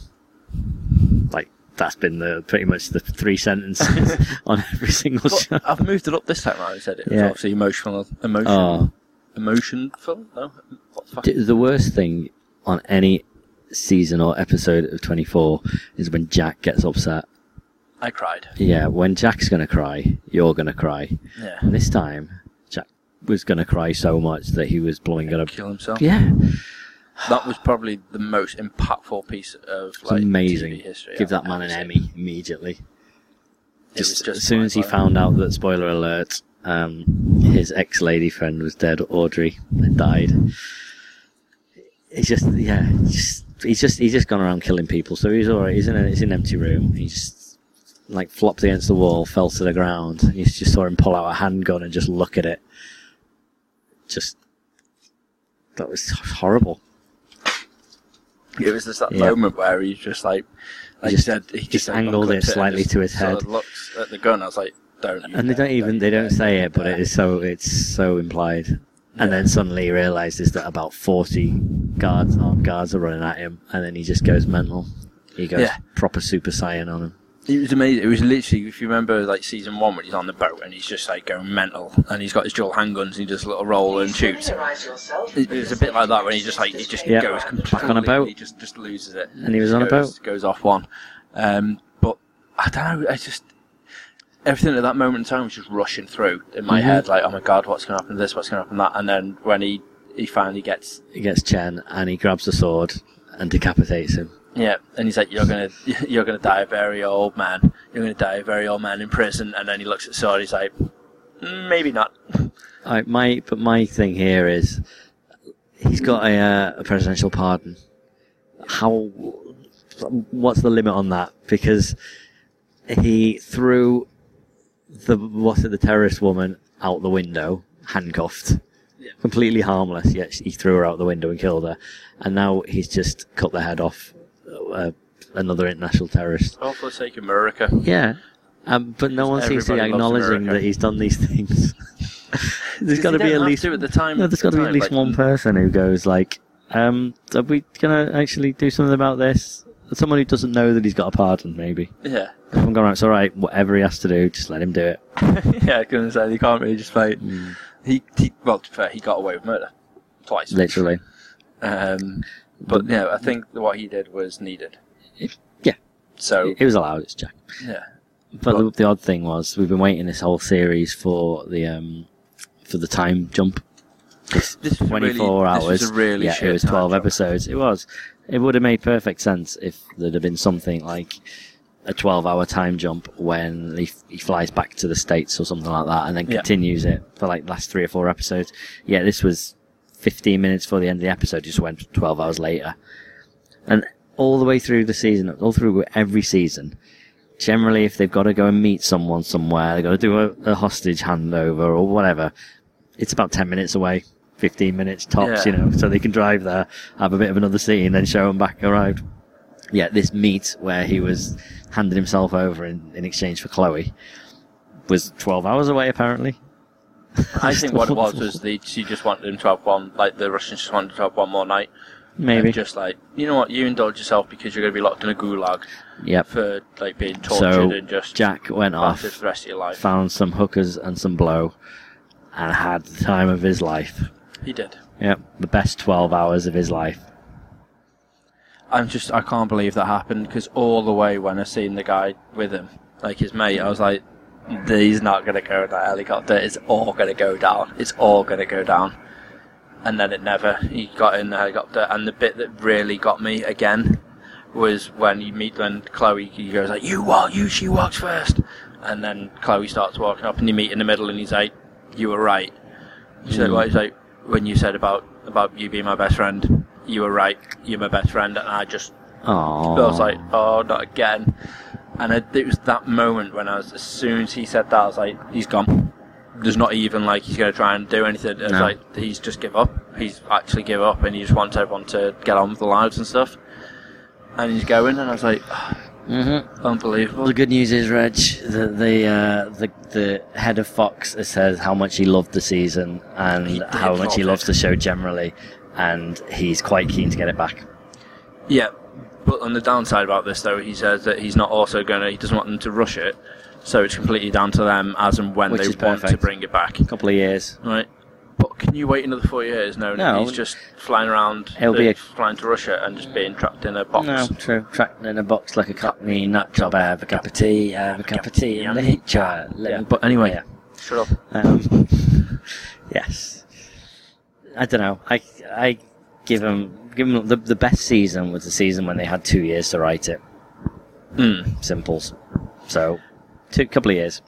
[SPEAKER 3] Like, that's been the pretty much the three sentences on every single
[SPEAKER 1] But
[SPEAKER 3] show.
[SPEAKER 1] I've moved it up this time. around. I said it was
[SPEAKER 3] Yeah.
[SPEAKER 1] obviously emotional, emotion,
[SPEAKER 3] Oh,
[SPEAKER 1] emotion film. No, what the fuck?
[SPEAKER 3] D- the worst thing on any season or episode of 24 is when Jack gets upset.
[SPEAKER 1] I cried.
[SPEAKER 3] Yeah, when Jack's gonna cry, you're gonna cry.
[SPEAKER 1] Yeah,
[SPEAKER 3] And this time, Jack was gonna cry so much that he was blowing gonna.
[SPEAKER 1] kill himself.
[SPEAKER 3] Yeah,
[SPEAKER 1] That was probably the most impactful piece of
[SPEAKER 3] it's
[SPEAKER 1] like
[SPEAKER 3] amazing.
[SPEAKER 1] TV history.
[SPEAKER 3] Give
[SPEAKER 1] I've
[SPEAKER 3] that man an
[SPEAKER 1] ever seen.
[SPEAKER 3] Emmy immediately.
[SPEAKER 1] It was
[SPEAKER 3] Just,
[SPEAKER 1] just
[SPEAKER 3] as soon as he
[SPEAKER 1] mind-blowing.
[SPEAKER 3] found out that spoiler alert, um, his ex lady friend was dead. Audrey had died. He's just yeah, just he's just he's just gone around killing people. So he's alright. He's in a, he's in an empty room. He just like flopped against the wall, fell to the ground. And you just saw him pull out a handgun and just look at it. Just that was horrible.
[SPEAKER 1] It was just that
[SPEAKER 3] Yeah.
[SPEAKER 1] moment where he's just like, like
[SPEAKER 3] just-
[SPEAKER 1] you said, he just,
[SPEAKER 3] just
[SPEAKER 1] like,
[SPEAKER 3] angled
[SPEAKER 1] uncooked
[SPEAKER 3] it slightly
[SPEAKER 1] and
[SPEAKER 3] to his
[SPEAKER 1] just sort
[SPEAKER 3] head.
[SPEAKER 1] of looks at the gun. I was like, don't. you
[SPEAKER 3] and they
[SPEAKER 1] dare,
[SPEAKER 3] don't even
[SPEAKER 1] you
[SPEAKER 3] they don't
[SPEAKER 1] dare,
[SPEAKER 3] say
[SPEAKER 1] you
[SPEAKER 3] it, but
[SPEAKER 1] dare.
[SPEAKER 3] it is so it's so implied. And then suddenly he realizes that about forty guards, armed guards, are running at him, and then he just goes mental. He goes
[SPEAKER 1] Yeah.
[SPEAKER 3] proper Super Saiyan on him.
[SPEAKER 1] It was amazing. It was literally, if you remember, like season one when he's on the boat and he's just like going mental, and he's got his dual handguns and he does a little roll and shoots. It was a bit like that when he just like he just
[SPEAKER 3] Yeah.
[SPEAKER 1] goes completely
[SPEAKER 3] on a boat.
[SPEAKER 1] He just just loses it.
[SPEAKER 3] And he was on a
[SPEAKER 1] Goes-
[SPEAKER 3] boat.
[SPEAKER 1] Goes off one, um, but I don't know. I just everything at that moment in time was just rushing through in my
[SPEAKER 3] Mhm.
[SPEAKER 1] head, like oh my god, what's going to happen to this? What's going to happen to that? And then when he he finally gets
[SPEAKER 3] He gets Chen, and he grabs the sword and decapitates him.
[SPEAKER 1] yeah, and he's like, you're gonna you're gonna die a very old man. You're gonna die a very old man in prison. And then he looks at Sword. He's like, "Mm, maybe not.
[SPEAKER 3] I, my but my thing here is he's got a, uh, a presidential pardon. How? What's the limit on that? Because he threw the what's it, the terrorist woman out the window, handcuffed,
[SPEAKER 1] Yeah.
[SPEAKER 3] completely harmless. Yet he threw her out the window and killed her, and now he's just cut the head off uh, another international terrorist.
[SPEAKER 1] All for the sake of America.
[SPEAKER 3] Yeah. Um, but no one seems to be
[SPEAKER 1] Everybody loves
[SPEAKER 3] acknowledging
[SPEAKER 1] America.
[SPEAKER 3] that he's done these things.
[SPEAKER 1] Because
[SPEAKER 3] there's got to
[SPEAKER 1] they
[SPEAKER 3] be
[SPEAKER 1] don't have
[SPEAKER 3] at least
[SPEAKER 1] to at the time.
[SPEAKER 3] no, there's got to be
[SPEAKER 1] time,
[SPEAKER 3] at least
[SPEAKER 1] like-
[SPEAKER 3] one person who goes like, um, "Are we gonna actually do something about this?" Someone who doesn't know that he's got a pardon, maybe.
[SPEAKER 1] Yeah,
[SPEAKER 3] I'm going, it's all right. Whatever he has to do, just let him do it.
[SPEAKER 1] yeah. I couldn't say they can't really just fight. He, he well, to be fair, he got away with murder twice.
[SPEAKER 3] Literally.
[SPEAKER 1] Um, but yeah, I think what he did was needed.
[SPEAKER 3] Yeah.
[SPEAKER 1] So
[SPEAKER 3] It was allowed. It's Jack.
[SPEAKER 1] yeah,
[SPEAKER 3] But the, the odd thing was, we've been waiting this whole series for the um, for the time jump.
[SPEAKER 1] this was really-
[SPEAKER 3] 24 hours.
[SPEAKER 1] This was a really
[SPEAKER 3] yeah,
[SPEAKER 1] shit
[SPEAKER 3] it was 12
[SPEAKER 1] time
[SPEAKER 3] episodes. It was. It would have made perfect sense if there'd have been something like a 12 hour time jump when he, he flies back to the States or something like that and then
[SPEAKER 1] Yeah.
[SPEAKER 3] continues it for like the last three or four episodes. Yeah, this was 15 minutes before the end of the episode, just went 12 hours later. And all the way through the season, all through every season, generally if they've got to go and meet someone somewhere, they've got to do a, a hostage handover or whatever, it's about 10 minutes away, 15 minutes tops,
[SPEAKER 1] Yeah.
[SPEAKER 3] you know, so they can drive there, have a bit of another scene, then show them back arrived. Yeah, this meet where he was handing himself over in, in exchange for Chloe was 12 hours away, apparently.
[SPEAKER 1] I think what it was was they she just wanted him to have one, like the Russians just wanted to have one more night.
[SPEAKER 3] Maybe.
[SPEAKER 1] And just like you know what, you indulge yourself because you're going to be locked in a gulag
[SPEAKER 3] Yep.
[SPEAKER 1] for like being tortured
[SPEAKER 3] So
[SPEAKER 1] and just
[SPEAKER 3] Jack went
[SPEAKER 1] battered
[SPEAKER 3] off,
[SPEAKER 1] for the rest of your life.
[SPEAKER 3] found some hookers and some blow, and had the time of his life.
[SPEAKER 1] He did.
[SPEAKER 3] Yep. The best 12 hours of his life.
[SPEAKER 1] I'm just I can't believe that happened because all the way when I seen the guy with him, like his mate, I was like, he's not going to go in that helicopter. It's all going to go down. It's all going to go down. And then it never. He got in the helicopter, and the bit that really got me again was when you meet when Chloe. He goes like, "You walk, you she walks first. and then Chloe starts walking up, and you meet in the middle, and he's like, "You were right." She's like, "What?" He's like, "When you said about about you being my best friend, you were right. You're my best friend," and I just
[SPEAKER 3] Aww.
[SPEAKER 1] I was like, oh, not again. And I, it was that moment when I was, as soon as he said that, I was like, he's gone. There's not even like he's going to try and do anything. It's
[SPEAKER 3] No.
[SPEAKER 1] like he's just give up. He's actually give up, and he just wants everyone to get on with their lives and stuff. And he's going, and I was like, "Ah,
[SPEAKER 3] hmm Well,
[SPEAKER 1] unbelievable.
[SPEAKER 3] the good news is, Reg, that the, uh, the the head of Fox says how much he loved the season
[SPEAKER 1] He
[SPEAKER 3] and
[SPEAKER 1] did
[SPEAKER 3] how much he
[SPEAKER 1] love
[SPEAKER 3] loves
[SPEAKER 1] it.
[SPEAKER 3] the show generally, and he's quite keen to get it back.
[SPEAKER 1] Yeah, But on the downside about this, though, he says that he's not also going to. He doesn't want them to rush it, so it's completely down to them as and when
[SPEAKER 3] Which
[SPEAKER 1] they
[SPEAKER 3] is
[SPEAKER 1] want to
[SPEAKER 3] perfect.
[SPEAKER 1] bring it back.
[SPEAKER 3] couple of years.
[SPEAKER 1] Right. But can you wait another four years knowing
[SPEAKER 3] No.
[SPEAKER 1] that he's just flying around, uh,
[SPEAKER 3] It'll be a-
[SPEAKER 1] flying to Russia and just being trapped in a box?
[SPEAKER 3] No, true. Trapped in a box like a cockney nut job. I have a cup of tea. I have a cup of tea. And a child.
[SPEAKER 1] Yeah, but anyway, Shut up.
[SPEAKER 3] Um, yes. I don't know. I I give them give 'em the the best season was the season when they had two years to write it.
[SPEAKER 1] Mm.
[SPEAKER 3] Simples. So, two couple of years.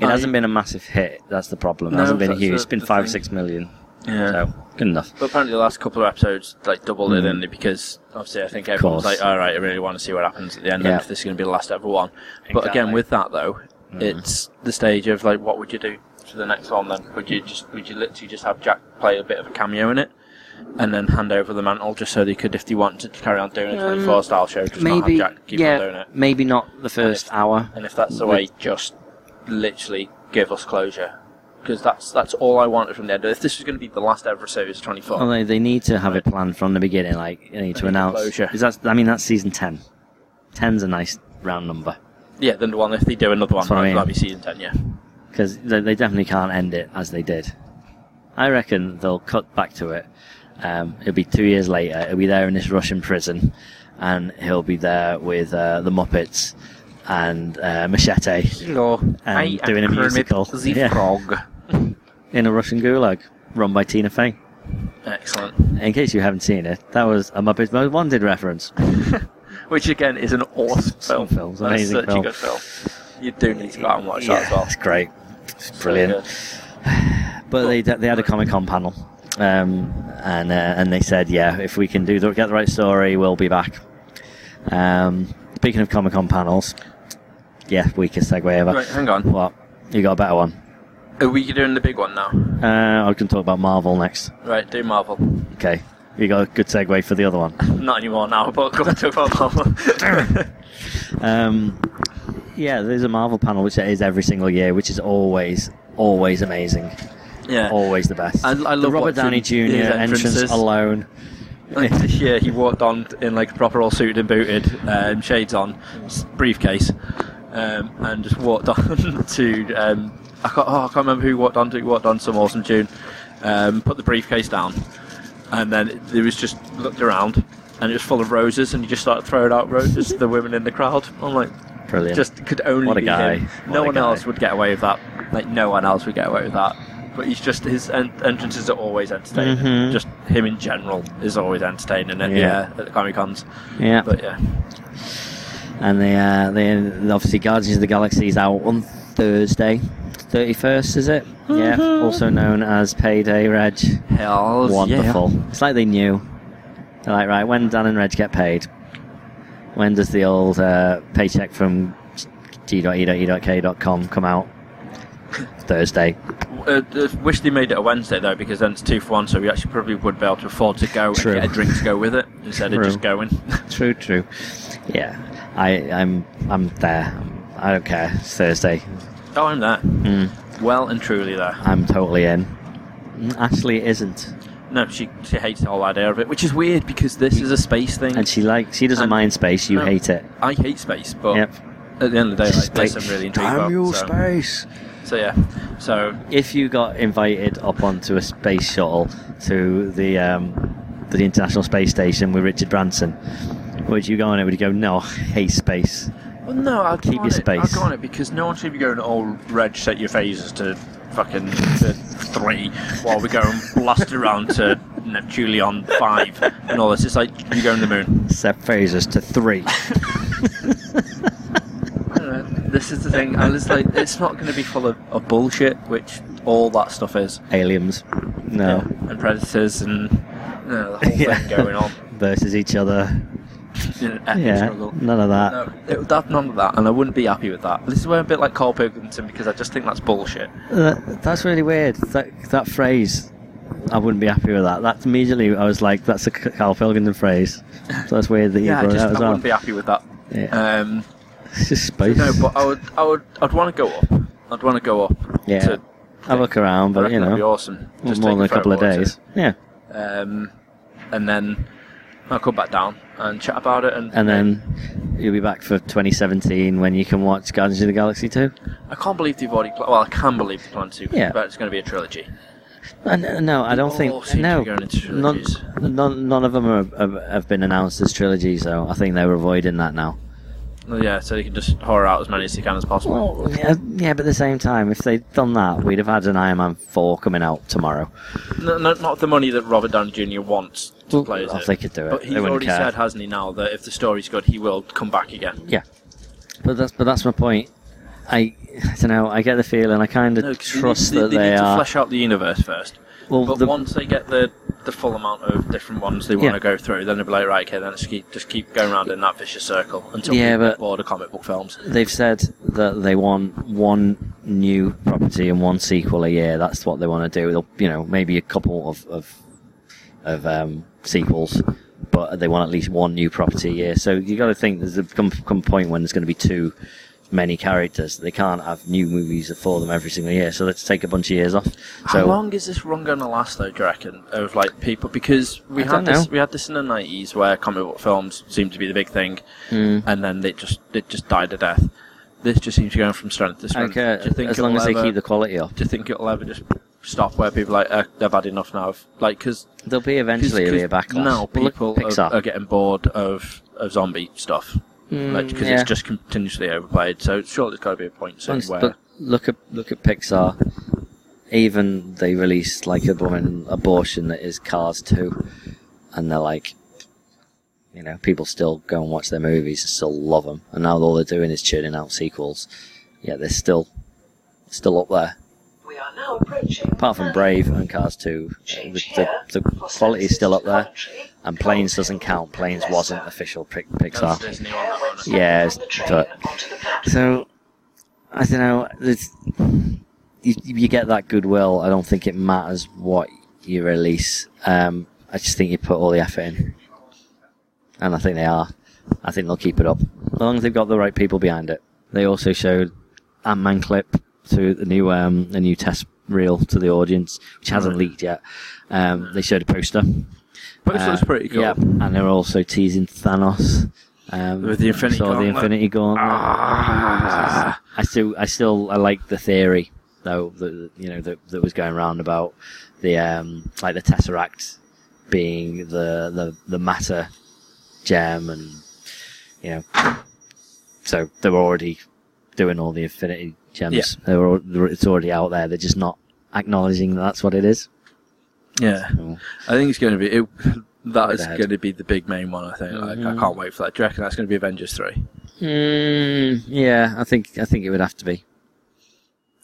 [SPEAKER 3] It
[SPEAKER 1] I-
[SPEAKER 3] hasn't been a massive hit. That's the problem. It
[SPEAKER 1] No,
[SPEAKER 3] hasn't been
[SPEAKER 1] that's
[SPEAKER 3] huge.
[SPEAKER 1] the-
[SPEAKER 3] It's been
[SPEAKER 1] the
[SPEAKER 3] five or
[SPEAKER 1] thing.
[SPEAKER 3] six million.
[SPEAKER 1] Yeah.
[SPEAKER 3] So good enough.
[SPEAKER 1] But apparently, the last couple of episodes like doubled it,
[SPEAKER 3] Mhm.
[SPEAKER 1] didn't they? Because obviously, I think everyone's
[SPEAKER 3] course.
[SPEAKER 1] like, "All right, I really want to see what happens at the end.
[SPEAKER 3] Yeah.
[SPEAKER 1] And if this is going to be the last ever one." But again,
[SPEAKER 3] Exactly.
[SPEAKER 1] with that though,
[SPEAKER 3] Hmm.
[SPEAKER 1] it's the stage of like, what would you do for the next one? Then would you just would you literally just have Jack play a bit of a cameo in it, and then hand over the mantle just so they could, if they wanted to carry on doing a
[SPEAKER 3] Um,
[SPEAKER 1] twenty-four style show, just
[SPEAKER 3] Maybe
[SPEAKER 1] not have Jack keep on doing
[SPEAKER 3] yeah.
[SPEAKER 1] it.
[SPEAKER 3] Maybe not the first hour.
[SPEAKER 1] And if that's the way, just literally give us closure. Because that's that's all I wanted from the end. If this was going to be the last ever series, of 24.
[SPEAKER 3] Well, they, they need to have it planned from the beginning. Like they need to
[SPEAKER 1] need
[SPEAKER 3] announce.
[SPEAKER 1] closure.
[SPEAKER 3] 'cause that's, I mean, that's season ten. Ten's a nice round number
[SPEAKER 1] Yeah, then the one if they do another one,
[SPEAKER 3] That's what I mean.
[SPEAKER 1] that'll be season ten. Yeah,
[SPEAKER 3] because they, they definitely can't end it as they did. I reckon they'll cut back to it. Um, it'll be two years later. He'll be there in this Russian prison, and he'll be there with uh, the Muppets and uh, Machete
[SPEAKER 1] hello,
[SPEAKER 3] I am doing a Kermit musical. the Yeah.
[SPEAKER 1] Frog.
[SPEAKER 3] in a Russian gulag run by Tina Fey.
[SPEAKER 1] Excellent.
[SPEAKER 3] In case you haven't seen it, that was a Muppets Most Wanted reference.
[SPEAKER 1] Which again is an awesome film.
[SPEAKER 3] films,
[SPEAKER 1] That's
[SPEAKER 3] amazing
[SPEAKER 1] such
[SPEAKER 3] film.
[SPEAKER 1] a good film. You do need to go out and watch that as well.
[SPEAKER 3] It's great. It's brilliant. But they they had a Comic Con panel, um, and uh, and they said, yeah, if we can do the, get the right story, we'll be back. Um, speaking of Comic Con panels, yeah, weakest segue ever.
[SPEAKER 1] Right, hang on.
[SPEAKER 3] What? You got a better one?
[SPEAKER 1] Are we doing the big one now?
[SPEAKER 3] Uh, I can talk about Marvel next.
[SPEAKER 1] Right, do Marvel.
[SPEAKER 3] Okay, you got a good segue for the other one.
[SPEAKER 1] Not anymore now, but go on, talk about Marvel.
[SPEAKER 3] Um, yeah, there's a Marvel panel which there is every single year, which is always always amazing,
[SPEAKER 1] yeah.
[SPEAKER 3] always the best.
[SPEAKER 1] I- I love
[SPEAKER 3] the Robert
[SPEAKER 1] watching
[SPEAKER 3] Downey Jr.
[SPEAKER 1] his
[SPEAKER 3] entrance
[SPEAKER 1] entrances.
[SPEAKER 3] alone.
[SPEAKER 1] Like this year, he walked on in like proper all suited and booted, um, shades on, s- briefcase, um, and just walked on to. Um, I can't, oh, I can't remember who he walked on to. He walked on some awesome tune, um, put the briefcase down, and then it- there was just looked around, and it was full of roses, and he just started throwing out roses to the women in the crowd. I'm like,
[SPEAKER 3] Brilliant.
[SPEAKER 1] just could only
[SPEAKER 3] What a
[SPEAKER 1] be
[SPEAKER 3] guy.
[SPEAKER 1] him.
[SPEAKER 3] What
[SPEAKER 1] No
[SPEAKER 3] a
[SPEAKER 1] one
[SPEAKER 3] guy.
[SPEAKER 1] else would get away with that. Like no one else would get away with that. But he's just his en- entrances are always entertaining.
[SPEAKER 3] Mhm.
[SPEAKER 1] Just him in general is always entertaining. At,
[SPEAKER 3] Yeah.
[SPEAKER 1] yeah. at the Comic Cons.
[SPEAKER 3] yeah.
[SPEAKER 1] But yeah,
[SPEAKER 3] And they, uh, they obviously Guardians of the Galaxy is out on Thursday, thirty first, is it? Yeah. Also known as Payday Reg.
[SPEAKER 1] hell,
[SPEAKER 3] Wonderful. It's like they knew. They're like, right, when Dan and Reg get paid, when does the old uh, paycheck from E g.e.e.k.com come out? Thursday.
[SPEAKER 1] Uh, uh, wish they made it a Wednesday though, because then it's two for one. So we actually probably would be able to afford to go
[SPEAKER 3] True.
[SPEAKER 1] and get a drink to go with it instead
[SPEAKER 3] True.
[SPEAKER 1] of just going.
[SPEAKER 3] True, true. Yeah, I, I'm, I'm there. I don't care. It's Thursday.
[SPEAKER 1] oh, I'm there.
[SPEAKER 3] Mm,
[SPEAKER 1] Well and truly there.
[SPEAKER 3] I'm totally in. Mm, Ashley isn't.
[SPEAKER 1] No, she she hates the whole idea of it, which is weird because this is a space thing.
[SPEAKER 3] And she likes. She doesn't
[SPEAKER 1] And-
[SPEAKER 3] mind space. You
[SPEAKER 1] No.
[SPEAKER 3] hate it.
[SPEAKER 1] I hate space, but
[SPEAKER 3] Yep.
[SPEAKER 1] at the end of the day,
[SPEAKER 3] She's
[SPEAKER 1] like, there's
[SPEAKER 3] like,
[SPEAKER 1] some really intriguing.
[SPEAKER 3] "Damn
[SPEAKER 1] about,
[SPEAKER 3] you,
[SPEAKER 1] so.
[SPEAKER 3] space!
[SPEAKER 1] So yeah, so
[SPEAKER 3] If you got invited up onto a space shuttle to the um, the International Space Station with Richard Branson, would you go on it? Would you go? No, I hate space.
[SPEAKER 1] well, no, I'll
[SPEAKER 3] Keep your space.
[SPEAKER 1] I'll go on it because no one should be going all red. Set your phases to fucking to three while we go and blast around to Neptulion five and all this. It's like you go on the moon.
[SPEAKER 3] Set phasers to three.
[SPEAKER 1] This is the thing, and it's like it's not going to be full of, of bullshit, which all that stuff is,
[SPEAKER 3] Aliens. No.
[SPEAKER 1] and predators and you know, the whole
[SPEAKER 3] Yeah.
[SPEAKER 1] thing going on.
[SPEAKER 3] Versus each other.
[SPEAKER 1] You know, epic
[SPEAKER 3] yeah.
[SPEAKER 1] struggle.
[SPEAKER 3] None of that.
[SPEAKER 1] No, it, that, none of that, and I wouldn't be happy with that. This is where I'm a bit like Carl Pilkington because I just think that's bullshit.
[SPEAKER 3] That, that's really weird. That that phrase, I wouldn't be happy with that. That's immediately I was like, that's a C- Carl Pilkington phrase. So that's weird that you
[SPEAKER 1] Yeah, I
[SPEAKER 3] brought it
[SPEAKER 1] just I
[SPEAKER 3] out as well.
[SPEAKER 1] wouldn't be happy with that.
[SPEAKER 3] yeah.
[SPEAKER 1] Um,
[SPEAKER 3] it's just
[SPEAKER 1] so
[SPEAKER 3] space.
[SPEAKER 1] no, but I would, I would, I'd want to go up. I'd want to go up.
[SPEAKER 3] Yeah.
[SPEAKER 1] to,
[SPEAKER 3] I look around,
[SPEAKER 1] I
[SPEAKER 3] but
[SPEAKER 1] reckon
[SPEAKER 3] you
[SPEAKER 1] that'd be
[SPEAKER 3] know,
[SPEAKER 1] awesome. Just
[SPEAKER 3] more
[SPEAKER 1] take
[SPEAKER 3] than a couple of
[SPEAKER 1] photo
[SPEAKER 3] days. Yeah,
[SPEAKER 1] Um, and Um, then I'll come back down and chat about it. And,
[SPEAKER 3] and then you'll be back for 2017 when you can watch Guardians of the Galaxy 2.
[SPEAKER 1] I can't believe they've already. Pl- well, I can believe they plan to,
[SPEAKER 3] Yeah.
[SPEAKER 1] but it's going to be a trilogy.
[SPEAKER 3] And, uh, no, I don't
[SPEAKER 1] They all
[SPEAKER 3] think
[SPEAKER 1] seem to
[SPEAKER 3] no.
[SPEAKER 1] be going into
[SPEAKER 3] None,
[SPEAKER 1] trilogies.
[SPEAKER 3] none, none of them are, have, have been announced as trilogies, so I think they're avoiding that now.
[SPEAKER 1] Well, yeah, so they can just horror out as many as they can as possible.
[SPEAKER 3] Well, yeah, Uh, yeah, but at the same time, if they'd done that, we'd have had an Iron Man 4 coming out tomorrow.
[SPEAKER 1] No, no, not the money that Robert Downey Jr. wants to
[SPEAKER 3] Well,
[SPEAKER 1] play as
[SPEAKER 3] oh,
[SPEAKER 1] it.
[SPEAKER 3] they could do it.
[SPEAKER 1] But he's
[SPEAKER 3] They wouldn't
[SPEAKER 1] already
[SPEAKER 3] care.
[SPEAKER 1] said, hasn't he, now that if the story's good, he will come back again.
[SPEAKER 3] Yeah. But that's but that's my point. I, I don't know, I get the feeling, I kind of
[SPEAKER 1] No, 'cause
[SPEAKER 3] trust
[SPEAKER 1] they need,
[SPEAKER 3] that
[SPEAKER 1] they,
[SPEAKER 3] they,
[SPEAKER 1] need to
[SPEAKER 3] are.
[SPEAKER 1] flesh out the universe first.
[SPEAKER 3] well,
[SPEAKER 1] but
[SPEAKER 3] the-
[SPEAKER 1] once they get the the full amount of different ones they want
[SPEAKER 3] Yeah.
[SPEAKER 1] to go through, then they'll be like, right, okay, then just keep just keep going around in that vicious circle until
[SPEAKER 3] Yeah,
[SPEAKER 1] yeah,
[SPEAKER 3] but-
[SPEAKER 1] get bored of comic book films.
[SPEAKER 3] They've said that they want one new property and one sequel a year. That's what they want to do. They'll, you know, maybe a couple of of, of um, sequels, but they want at least one new property a year. So you got to think there's a come, come a point when there's going to be too many characters. They can't have new movies for them every single year. So let's take a bunch of years off.
[SPEAKER 1] How
[SPEAKER 3] so
[SPEAKER 1] long is this run going to last, though? Do you reckon of like people because we
[SPEAKER 3] I
[SPEAKER 1] had
[SPEAKER 3] don't
[SPEAKER 1] this
[SPEAKER 3] know.
[SPEAKER 1] we had this in the nineties where comic book films seemed to be the big thing,
[SPEAKER 3] Mm.
[SPEAKER 1] and then they just it just died a death. This just seems to go from strength to strength.
[SPEAKER 3] okay,
[SPEAKER 1] Do you think
[SPEAKER 3] as long
[SPEAKER 1] it'll
[SPEAKER 3] as they
[SPEAKER 1] ever-
[SPEAKER 3] keep the quality up,
[SPEAKER 1] Do you think it'll ever just stop where people are like uh, they've had enough now? of- Like because
[SPEAKER 3] there'll be eventually there'll be a backlash.
[SPEAKER 1] Now
[SPEAKER 3] Well, look,
[SPEAKER 1] people
[SPEAKER 3] Pixar.
[SPEAKER 1] are, are getting bored of, of zombie stuff because
[SPEAKER 3] Mm,
[SPEAKER 1] it's
[SPEAKER 3] yeah.
[SPEAKER 1] just continuously overplayed. So surely there's got to be a point soon
[SPEAKER 3] Once-
[SPEAKER 1] where
[SPEAKER 3] but look at look at Pixar. Even they released like a woman abortion that is Cars two, and they're like, you know, people still go and watch their movies, and still love them, and now all they're doing is churning out sequels. Yet they're still still up there.
[SPEAKER 4] We are now approaching.
[SPEAKER 3] Apart from Brave and Cars two, uh,
[SPEAKER 4] Change
[SPEAKER 3] the,
[SPEAKER 4] here.
[SPEAKER 3] the, the
[SPEAKER 4] for
[SPEAKER 3] quality is still up there.
[SPEAKER 4] services to Coventry,
[SPEAKER 3] And Planes doesn't
[SPEAKER 4] Colville,
[SPEAKER 3] count. Planes
[SPEAKER 4] Leicester.
[SPEAKER 3] wasn't official Pic- Pixar.
[SPEAKER 1] That's Disney on
[SPEAKER 4] Prepare
[SPEAKER 1] that
[SPEAKER 4] when
[SPEAKER 1] one.
[SPEAKER 4] stepping
[SPEAKER 3] Yeah,
[SPEAKER 4] from the train
[SPEAKER 3] but-
[SPEAKER 4] onto the platform.
[SPEAKER 3] So, I don't know. There's, you, you get that goodwill. I don't think it matters what you release. Um, I just think you put all the effort in, and I think they are. I think they'll keep it up as long as they've got the right people behind it. They also showed Ant Man clip to the new um, the new test reel to the audience, which hasn't leaked yet. Um, they showed a poster.
[SPEAKER 1] But this
[SPEAKER 3] Uh,
[SPEAKER 1] looks pretty cool.
[SPEAKER 3] Yeah, and they're also teasing Thanos. Um,
[SPEAKER 1] With the Infinity
[SPEAKER 3] saw the
[SPEAKER 1] Gauntlet.
[SPEAKER 3] Infinity Gauntlet.
[SPEAKER 1] Ah.
[SPEAKER 3] I still, I still, I like the theory though that you know that, that was going around about the um, like the Tesseract being the the the matter gem, and you know, so they were already doing all the Infinity gems.
[SPEAKER 1] Yeah.
[SPEAKER 3] They were, al- they were- it's already out there. They're just not acknowledging that that's what it is.
[SPEAKER 1] Yeah,
[SPEAKER 3] So,
[SPEAKER 1] I think it's going to be it, that is
[SPEAKER 3] ahead.
[SPEAKER 1] going to be the big main one. I think Like, I
[SPEAKER 3] Mhm.
[SPEAKER 1] can't wait for that. Do you reckon that's going to be Avengers three?
[SPEAKER 3] mm, yeah, I think I think it would have to be.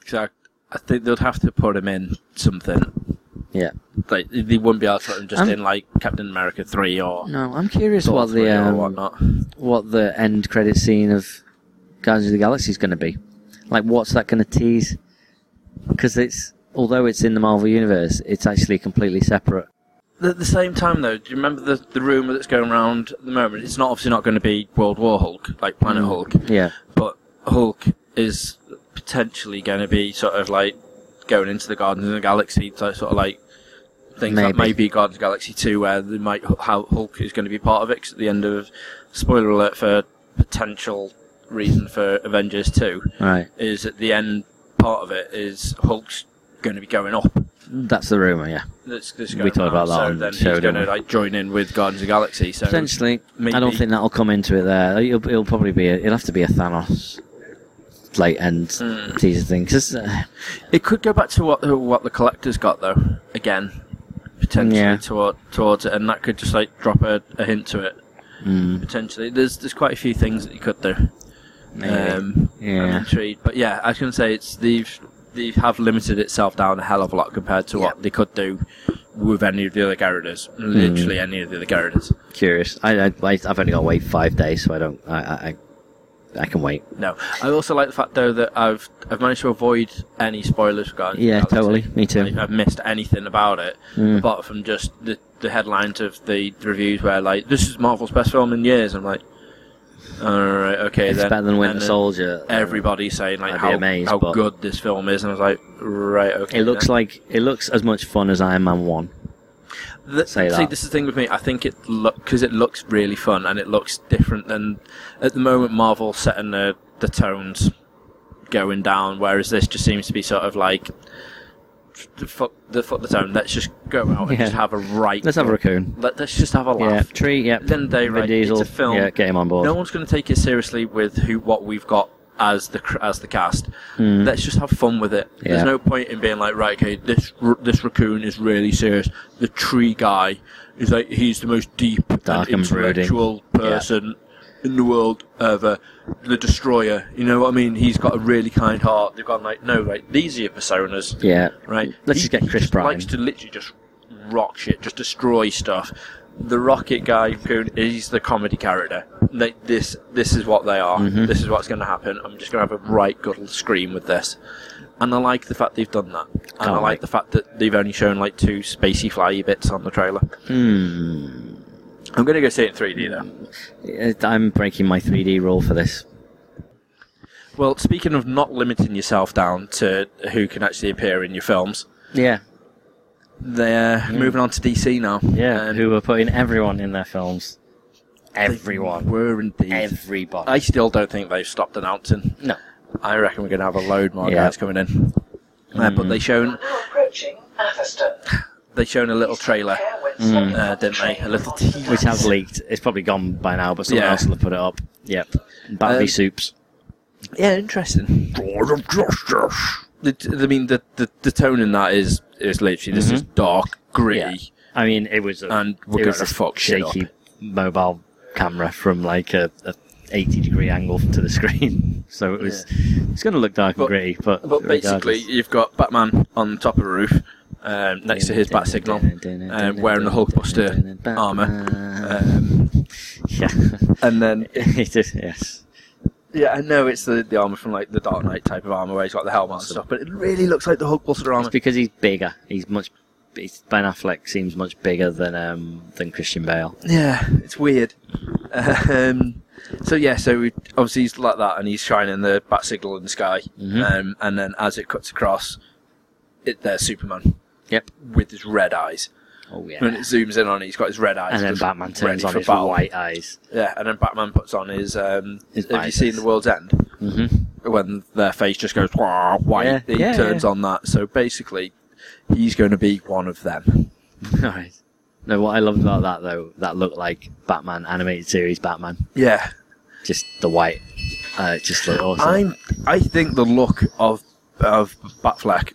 [SPEAKER 1] Because I, I think they'd have to put him in something.
[SPEAKER 3] Yeah.
[SPEAKER 1] Like they wouldn't be able to put him just
[SPEAKER 3] I'm-
[SPEAKER 1] in like Captain America three or
[SPEAKER 3] No, I'm curious
[SPEAKER 1] Thor
[SPEAKER 3] what
[SPEAKER 1] 3
[SPEAKER 3] the
[SPEAKER 1] or
[SPEAKER 3] um,
[SPEAKER 1] whatnot.
[SPEAKER 3] what the end credit scene of Guardians of the Galaxy is going to be. Like, what's that going to tease? Because it's although it's in the Marvel universe, it's actually completely separate.
[SPEAKER 1] At the same time, though, do you remember the, the rumor that's going around at the moment? It's not obviously not going to be World War Hulk, like Planet Hulk,
[SPEAKER 3] Yeah,
[SPEAKER 1] but Hulk is potentially going to be sort of like going into the Guardians of the Galaxy, so sort of like things that
[SPEAKER 3] Maybe.
[SPEAKER 1] may be Guardians of the Galaxy Two, where they might how Hulk is going to be part of it. 'cause at the end of spoiler alert for potential reason for Avengers Two
[SPEAKER 3] right.
[SPEAKER 1] is at the end part of it is Hulk's going to be going up
[SPEAKER 3] That's the rumor. Yeah,
[SPEAKER 1] that's, that's
[SPEAKER 3] We
[SPEAKER 1] going
[SPEAKER 3] talked about
[SPEAKER 1] around, so then
[SPEAKER 3] that on the
[SPEAKER 1] he's
[SPEAKER 3] show,
[SPEAKER 1] going
[SPEAKER 3] didn't
[SPEAKER 1] to
[SPEAKER 3] we?
[SPEAKER 1] like join in with Guardians of the Galaxy. So
[SPEAKER 3] potentially. I don't
[SPEAKER 1] maybe-
[SPEAKER 3] think that'll come into it there. It'll, it'll probably be. A, it'll have to be a Thanos like end
[SPEAKER 1] Hmm.
[SPEAKER 3] teaser thing. 'Cause, uh,
[SPEAKER 1] it could go back to what what the collector's got though. Again, potentially
[SPEAKER 3] Yeah.
[SPEAKER 1] toward, towards it, and that could just like drop a, a hint to it.
[SPEAKER 3] mm,
[SPEAKER 1] Potentially, there's there's quite a few things that you could do.
[SPEAKER 3] maybe.
[SPEAKER 1] Um, I'm
[SPEAKER 3] yeah.
[SPEAKER 1] intrigued, but yeah, I was going to say it's they've they have limited itself down a hell of a lot compared to what they could do with any of the other characters.
[SPEAKER 3] Mm.
[SPEAKER 1] Literally any of the other characters.
[SPEAKER 3] Curious. I, I I- I've only got to wait five days, so I don't. I I, I, I can wait.
[SPEAKER 1] No, I also like the fact though that I've I've managed to avoid any spoilers regarding.
[SPEAKER 3] Yeah,
[SPEAKER 1] Galaxy.
[SPEAKER 3] totally. Me too.
[SPEAKER 1] Like, I've missed anything about it
[SPEAKER 3] Mm.
[SPEAKER 1] apart from just the the headlines of the reviews where like this is Marvel's best film in years. I'm like, all right, okay,
[SPEAKER 3] It's
[SPEAKER 1] then
[SPEAKER 3] better than
[SPEAKER 1] And
[SPEAKER 3] Winter
[SPEAKER 1] then
[SPEAKER 3] Soldier.
[SPEAKER 1] Everybody's saying like
[SPEAKER 3] I'd be
[SPEAKER 1] how,
[SPEAKER 3] amazed,
[SPEAKER 1] how
[SPEAKER 3] but-
[SPEAKER 1] good this film is, and I was like, right, okay.
[SPEAKER 3] It looks
[SPEAKER 1] then.
[SPEAKER 3] like it looks as much fun as Iron Man One.
[SPEAKER 1] Th-
[SPEAKER 3] Say
[SPEAKER 1] See,
[SPEAKER 3] that.
[SPEAKER 1] this is the thing with me. I think it because it looks really fun and it looks different than at the moment Marvel setting the the tones going down, whereas this just seems to be sort of like f- fuck the fuck the tone. Let's just go out and
[SPEAKER 3] Yeah.
[SPEAKER 1] just have a right.
[SPEAKER 3] Let's have a raccoon.
[SPEAKER 1] Let, us just have a
[SPEAKER 3] Yeah,
[SPEAKER 1] laugh.
[SPEAKER 3] tree. Yeah,
[SPEAKER 1] Then they
[SPEAKER 3] Vin
[SPEAKER 1] right,
[SPEAKER 3] Diesel,
[SPEAKER 1] it's a film.
[SPEAKER 3] Yeah, get him on board.
[SPEAKER 1] No one's going to take it seriously with who what we've got as the cr- as the cast.
[SPEAKER 3] Mm.
[SPEAKER 1] Let's just have fun with it. There's
[SPEAKER 3] Yeah.
[SPEAKER 1] no point in being like, right, okay, this r- this raccoon is really serious. The tree guy is like he's the most deep,
[SPEAKER 3] Dark and brooding.
[SPEAKER 1] intellectual person in the world ever. The destroyer, you know what I mean? He's got a really kind heart. They've gone like, no, right, these are your personas
[SPEAKER 3] Yeah,
[SPEAKER 1] right?
[SPEAKER 3] Let's
[SPEAKER 1] He-
[SPEAKER 3] just get
[SPEAKER 1] he
[SPEAKER 3] Chris
[SPEAKER 1] just
[SPEAKER 3] Pratt
[SPEAKER 1] Likes
[SPEAKER 3] in.
[SPEAKER 1] to literally just rock shit, just destroy stuff. The Rocket guy, Coon, is the comedy character. They, this, this is what they are.
[SPEAKER 3] Mm-hmm.
[SPEAKER 1] This is what's going to happen. I'm just going to have a right good old scream with this. And I like the fact they've done that. And I like
[SPEAKER 3] Can't wait.
[SPEAKER 1] the fact that they've only shown like two spacey flyy bits on the trailer. I'm going to go see it in 3D though.
[SPEAKER 3] Uh, Hmm. I'm breaking my 3D rule for this.
[SPEAKER 1] Well, speaking of not limiting yourself down to who can actually appear in your films,
[SPEAKER 3] Yeah,
[SPEAKER 1] they're moving on to DC now.
[SPEAKER 3] Hmm. yeah.
[SPEAKER 1] Um,
[SPEAKER 3] who are putting everyone in their films?
[SPEAKER 1] They
[SPEAKER 3] Everyone,
[SPEAKER 1] were indeed.
[SPEAKER 3] everybody.
[SPEAKER 1] I still don't think they've stopped announcing.
[SPEAKER 3] no.
[SPEAKER 1] I reckon we're going to have a load more
[SPEAKER 3] Yeah.
[SPEAKER 1] guys coming in. Uh, but they
[SPEAKER 4] You
[SPEAKER 1] shown
[SPEAKER 4] are now approaching Atherstone.
[SPEAKER 1] they shown a little
[SPEAKER 4] Please take
[SPEAKER 1] trailer,
[SPEAKER 4] care when
[SPEAKER 3] Hmm.
[SPEAKER 4] stepping
[SPEAKER 1] uh,
[SPEAKER 4] off the
[SPEAKER 1] didn't they?
[SPEAKER 4] train
[SPEAKER 1] A little
[SPEAKER 4] onto the
[SPEAKER 1] tease.
[SPEAKER 3] Which
[SPEAKER 4] platform.
[SPEAKER 3] has leaked. It's probably gone by now, but someone
[SPEAKER 1] Yeah.
[SPEAKER 3] else will have put it up. Yep. Battery
[SPEAKER 1] Um,
[SPEAKER 3] soups.
[SPEAKER 1] Yeah, interesting. The, I mean, the, the the tone in that is is literally this is dark, gritty.
[SPEAKER 3] I mean, it was a,
[SPEAKER 1] And we're
[SPEAKER 3] it was
[SPEAKER 1] gonna
[SPEAKER 3] a
[SPEAKER 1] fuck shit
[SPEAKER 3] shaky mobile camera from like a, a 80 degree angle to the screen, so it was it's going to look dark
[SPEAKER 1] But-
[SPEAKER 3] and gritty. But
[SPEAKER 1] But basically,
[SPEAKER 3] regardless.
[SPEAKER 1] you've got Batman on top of a roof, um, next to his bat signal, um, wearing the Hulkbuster armor, um,
[SPEAKER 3] yeah,
[SPEAKER 1] and then
[SPEAKER 3] it is, yes.
[SPEAKER 1] Yeah, I know it's the, the armor from like the Dark Knight type of armor where he's got the helmet and stuff, but it really looks like the Hulkbuster
[SPEAKER 3] It's
[SPEAKER 1] armor.
[SPEAKER 3] because he's bigger. He's much. He's, ben Affleck seems much bigger than um, than Christian Bale.
[SPEAKER 1] yeah, it's weird. Um, so yeah, so we, obviously he's like that, and he's shining the bat signal in the sky,
[SPEAKER 3] Mhm.
[SPEAKER 1] um, and then as it cuts across, it there's Superman
[SPEAKER 3] Yep.
[SPEAKER 1] with his red eyes.
[SPEAKER 3] Oh yeah.
[SPEAKER 1] When it zooms in on, it, he's got his red eyes.
[SPEAKER 3] and then
[SPEAKER 1] just
[SPEAKER 3] Batman
[SPEAKER 1] ready
[SPEAKER 3] turns on
[SPEAKER 1] for
[SPEAKER 3] his
[SPEAKER 1] battle.
[SPEAKER 3] white eyes.
[SPEAKER 1] Yeah, and then Batman puts on his. Um,
[SPEAKER 3] His
[SPEAKER 1] have you
[SPEAKER 3] visors.
[SPEAKER 1] seen The World's End?
[SPEAKER 3] Mm-hmm.
[SPEAKER 1] when their face just goes "Wah," white,
[SPEAKER 3] Yeah,
[SPEAKER 1] he
[SPEAKER 3] yeah,
[SPEAKER 1] turns on that. So basically, he's going to be one of them.
[SPEAKER 3] All right. No, what I loved about that though, that looked like Batman animated series Batman.
[SPEAKER 1] Yeah,
[SPEAKER 3] Just the white. Uh, it just looked awesome.
[SPEAKER 1] I I think the look of of Batfleck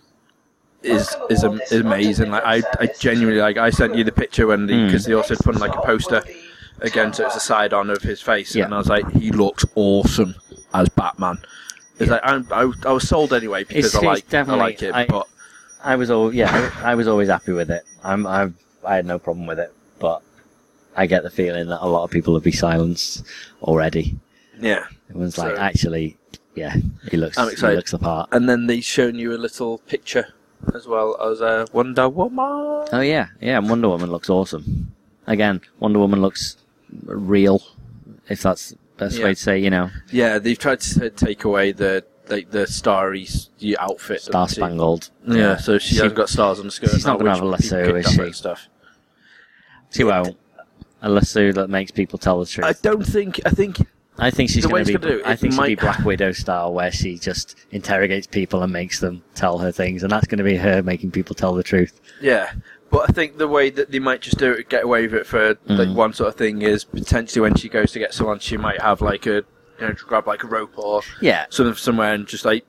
[SPEAKER 1] is is am- is amazing. Like I, I genuinely like. I sent you the picture when the
[SPEAKER 3] Hmm.
[SPEAKER 1] because they also put like a poster again, so it's a side on of his face,
[SPEAKER 3] Yeah.
[SPEAKER 1] and I was like, he looks awesome as Batman. It's like I'm, I, I was sold anyway because
[SPEAKER 3] It's-
[SPEAKER 1] I like
[SPEAKER 3] it's
[SPEAKER 1] I
[SPEAKER 3] definitely-
[SPEAKER 1] like it,
[SPEAKER 3] I-
[SPEAKER 1] but
[SPEAKER 3] I was all yeah, I, I was always happy with it. I'm I I had no problem with it, but I get the feeling that a lot of people have been silenced already.
[SPEAKER 1] yeah.
[SPEAKER 3] Everyone's like,
[SPEAKER 1] So-
[SPEAKER 3] actually, yeah, he looks
[SPEAKER 1] I'm
[SPEAKER 3] he
[SPEAKER 1] excited.
[SPEAKER 3] looks the part.
[SPEAKER 1] and then they shown you a little picture as well as a Wonder Woman.
[SPEAKER 3] Oh yeah, yeah, and Wonder Woman looks awesome. Again, Wonder Woman looks real, if that's the best
[SPEAKER 1] Yeah.
[SPEAKER 3] way to say, you know,
[SPEAKER 1] Yeah, they've tried to take away the like the starry s- the outfit.
[SPEAKER 3] star
[SPEAKER 1] She-
[SPEAKER 3] spangled.
[SPEAKER 1] Yeah, so she,
[SPEAKER 3] She-
[SPEAKER 1] hasn't got stars on the skirt.
[SPEAKER 3] she's
[SPEAKER 1] now,
[SPEAKER 3] not gonna
[SPEAKER 1] which
[SPEAKER 3] have a
[SPEAKER 1] people
[SPEAKER 3] lasso,
[SPEAKER 1] picked
[SPEAKER 3] is
[SPEAKER 1] up
[SPEAKER 3] she?
[SPEAKER 1] and Stuff.
[SPEAKER 3] She won't. Unless Sue that makes people tell the truth.
[SPEAKER 1] I don't think. I think.
[SPEAKER 3] I think she's
[SPEAKER 1] The way
[SPEAKER 3] going
[SPEAKER 1] it's
[SPEAKER 3] to be.
[SPEAKER 1] gonna do it,
[SPEAKER 3] I
[SPEAKER 1] it
[SPEAKER 3] think she'll be
[SPEAKER 1] might-
[SPEAKER 3] Black Widow style, where she just interrogates people and makes them tell her things, and that's going to be her making people tell the truth.
[SPEAKER 1] Yeah, but I think the way that they might just do it, get away with it for like
[SPEAKER 3] Mm.
[SPEAKER 1] one sort of thing is potentially when she goes to get someone, she might have like a you know grab like a rope or
[SPEAKER 3] Yeah,
[SPEAKER 1] something from somewhere and just like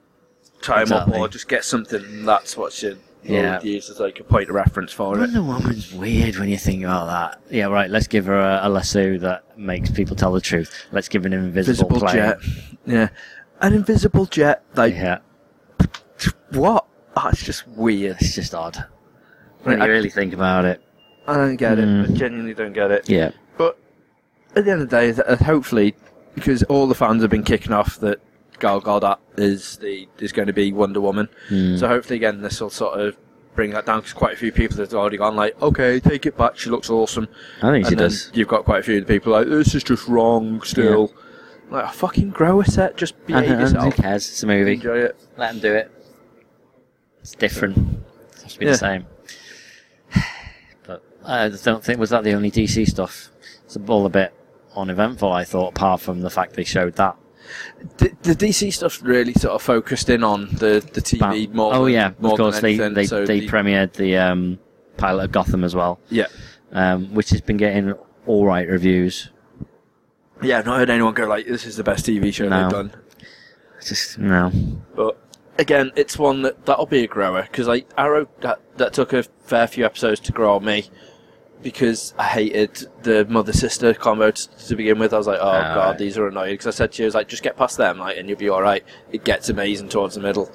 [SPEAKER 1] tie him up or
[SPEAKER 3] Exactly.
[SPEAKER 1] just get something. And that's what she.
[SPEAKER 3] Yeah.
[SPEAKER 1] Use as like a point of reference for it.
[SPEAKER 3] Wonder Woman's weird when you think about that. Yeah, right. Let's give her a, a lasso that makes people tell the truth. Let's give her an invisible,
[SPEAKER 1] invisible
[SPEAKER 3] plane.
[SPEAKER 1] jet. Yeah, an invisible jet. Like
[SPEAKER 3] Yeah,
[SPEAKER 1] what? Oh, it's just weird.
[SPEAKER 3] it's just odd when
[SPEAKER 1] I-
[SPEAKER 3] you really think about it.
[SPEAKER 1] I don't get it.
[SPEAKER 3] Mm.
[SPEAKER 1] I genuinely don't get it.
[SPEAKER 3] Yeah,
[SPEAKER 1] But at the end of the day, th- uh, hopefully, because all the fans have been kicking off that Gal Gadot is the is going to be Wonder Woman.
[SPEAKER 3] Mm.
[SPEAKER 1] So hopefully, again, this will sort of bring that down because quite a few people have already gone like, okay, take it back. She looks awesome.
[SPEAKER 3] I
[SPEAKER 1] And
[SPEAKER 3] think she
[SPEAKER 1] then
[SPEAKER 3] does.
[SPEAKER 1] You've got quite a few people like this is just wrong. Still, like fucking grow a set. Just behave
[SPEAKER 3] And, and who
[SPEAKER 1] yourself.
[SPEAKER 3] cares? It's a movie.
[SPEAKER 1] Enjoy it.
[SPEAKER 3] Let them do it. It's different. It has to be
[SPEAKER 1] Yeah.
[SPEAKER 3] the same. But I don't think was that the only DC stuff. It's all a bit uneventful, I thought, apart from the fact they showed that.
[SPEAKER 1] The, the DC stuff really sort of focused in on the, the TV
[SPEAKER 3] Bat-
[SPEAKER 1] more.
[SPEAKER 3] oh
[SPEAKER 1] than-
[SPEAKER 3] yeah,
[SPEAKER 1] more
[SPEAKER 3] of course
[SPEAKER 1] than
[SPEAKER 3] they
[SPEAKER 1] anything,
[SPEAKER 3] they,
[SPEAKER 1] so
[SPEAKER 3] they
[SPEAKER 1] the-
[SPEAKER 3] premiered the um, pilot of Gotham as well,
[SPEAKER 1] yeah,
[SPEAKER 3] um, which has been getting all right reviews.
[SPEAKER 1] yeah. I've not heard anyone go like, "This is the best TV show
[SPEAKER 3] No.
[SPEAKER 1] they've done."
[SPEAKER 3] It's just no,
[SPEAKER 1] But again, it's one that that'll be a grower because like Arrow that, that took a fair few episodes to grow on me because I hated the mother sister combo t- to begin with. I was like, oh
[SPEAKER 3] Ah,
[SPEAKER 1] god,
[SPEAKER 3] right.
[SPEAKER 1] these are annoying. Because I said to you, I was like, just get past them, like, and you'll be all right. It gets amazing towards the middle.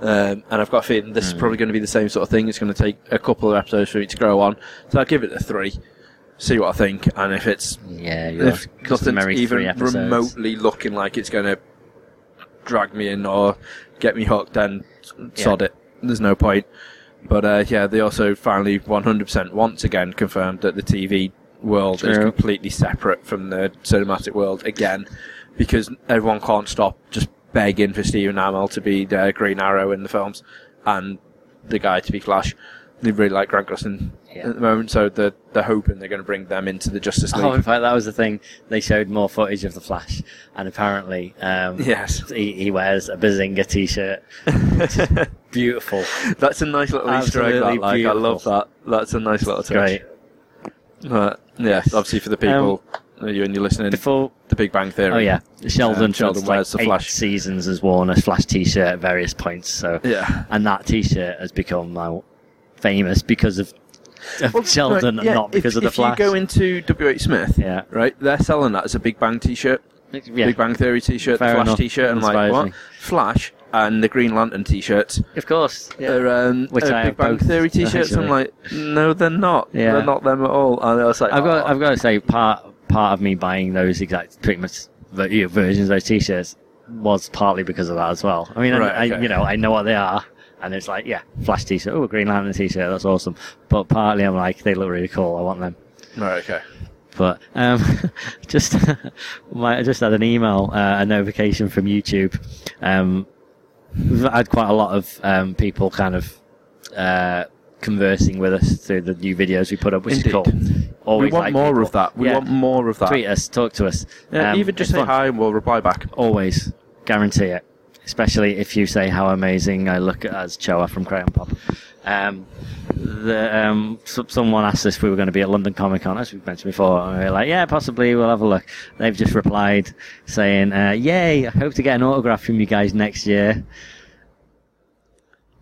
[SPEAKER 1] Um, and I've got a feeling this is probably going to be the same sort of thing. It's going to take a couple of episodes for it to grow on. So I'll give it a three, see what I think, and if it's
[SPEAKER 3] yeah, you're
[SPEAKER 1] if nothing's even remotely looking like it's going to drag me in or get me hooked, then s- sod it. There's no point. But uh, yeah, they also finally 100% once again confirmed that the TV world is
[SPEAKER 3] True.
[SPEAKER 1] completely separate from the cinematic world again, because everyone can't stop just begging for Stephen Amell to be the Green Arrow in the films, and the guy to be Flash. They really like Grant Gustin
[SPEAKER 3] Yeah.
[SPEAKER 1] at the moment, so they're, they're hoping they're going to bring them into the Justice League.
[SPEAKER 3] Oh, in fact, that was the thing. They showed more footage of the Flash, and apparently, um,
[SPEAKER 1] Yes.
[SPEAKER 3] he, he wears a Bazinga t-shirt. Which is beautiful.
[SPEAKER 1] That's a nice little Easter egg.
[SPEAKER 3] Absolutely
[SPEAKER 1] That, like, I
[SPEAKER 3] beautiful.
[SPEAKER 1] love that. That's a nice little
[SPEAKER 3] It's
[SPEAKER 1] touch.
[SPEAKER 3] great. Um,
[SPEAKER 1] But, yeah, obviously for the people uh, you and you're listening,
[SPEAKER 3] Before,
[SPEAKER 1] the Big Bang Theory.
[SPEAKER 3] oh yeah, Sheldon,
[SPEAKER 1] Um, Sheldon
[SPEAKER 3] for
[SPEAKER 1] wears
[SPEAKER 3] like
[SPEAKER 1] the
[SPEAKER 3] eight
[SPEAKER 1] Flash.
[SPEAKER 3] seasons has worn a Flash t-shirt at various points. So,
[SPEAKER 1] yeah.
[SPEAKER 3] and that t-shirt has become now famous because of, of Sheldon,
[SPEAKER 1] yeah,
[SPEAKER 3] not because
[SPEAKER 1] if,
[SPEAKER 3] of the
[SPEAKER 1] if
[SPEAKER 3] Flash.
[SPEAKER 1] you go into W. H. Smith,
[SPEAKER 3] yeah,
[SPEAKER 1] right, they're selling that as a Big Bang T-shirt,
[SPEAKER 3] yeah,
[SPEAKER 1] Big Bang Theory T-shirt,
[SPEAKER 3] Fair
[SPEAKER 1] Flash
[SPEAKER 3] enough.
[SPEAKER 1] T-shirt, and I'm like
[SPEAKER 3] Inspires
[SPEAKER 1] what?
[SPEAKER 3] me.
[SPEAKER 1] Flash and the Green Lantern T-shirts.
[SPEAKER 3] of course. Yeah.
[SPEAKER 1] Are, um,
[SPEAKER 3] Which
[SPEAKER 1] are
[SPEAKER 3] I
[SPEAKER 1] Big
[SPEAKER 3] have
[SPEAKER 1] Bang
[SPEAKER 3] both,
[SPEAKER 1] Theory T-shirts.
[SPEAKER 3] actually.
[SPEAKER 1] I'm like, no, they're not.
[SPEAKER 3] Yeah.
[SPEAKER 1] They're not them at all. And I was like,
[SPEAKER 3] I've got
[SPEAKER 1] "Oh."
[SPEAKER 3] I've got to say part part of me buying those exact pretty much the you know, versions of those t-shirts was partly because of that as well. I mean, I-
[SPEAKER 1] Right,
[SPEAKER 3] I,
[SPEAKER 1] okay.
[SPEAKER 3] you know I know what they are, and it's like yeah, Flash t-shirt, oh Green Lantern t-shirt, that's awesome. But partly I'm like they look really cool, I want them.
[SPEAKER 1] Right, okay.
[SPEAKER 3] But um, just my, I just had an email, uh, a notification from YouTube. Um, I had quite a lot of um, people kind of uh, conversing with us through the new videos we put up, which
[SPEAKER 1] Indeed.
[SPEAKER 3] is cool. Always
[SPEAKER 1] we want
[SPEAKER 3] like
[SPEAKER 1] more
[SPEAKER 3] people.
[SPEAKER 1] of that. We
[SPEAKER 3] Yeah.
[SPEAKER 1] want more of that.
[SPEAKER 3] Tweet us, talk to us.
[SPEAKER 1] Yeah,
[SPEAKER 3] Um,
[SPEAKER 1] even just
[SPEAKER 3] it's
[SPEAKER 1] say
[SPEAKER 3] fun.
[SPEAKER 1] hi and we'll reply back.
[SPEAKER 3] Always guarantee it. Especially if you say how amazing I look as Choa from Crayon Pop. Um, the, um, so- someone asked us if we were going to be at London Comic Con, as we've mentioned before, and we were like, yeah, possibly, we'll have a look. They've just replied saying, uh, yay, I hope to get an autograph from you guys next year.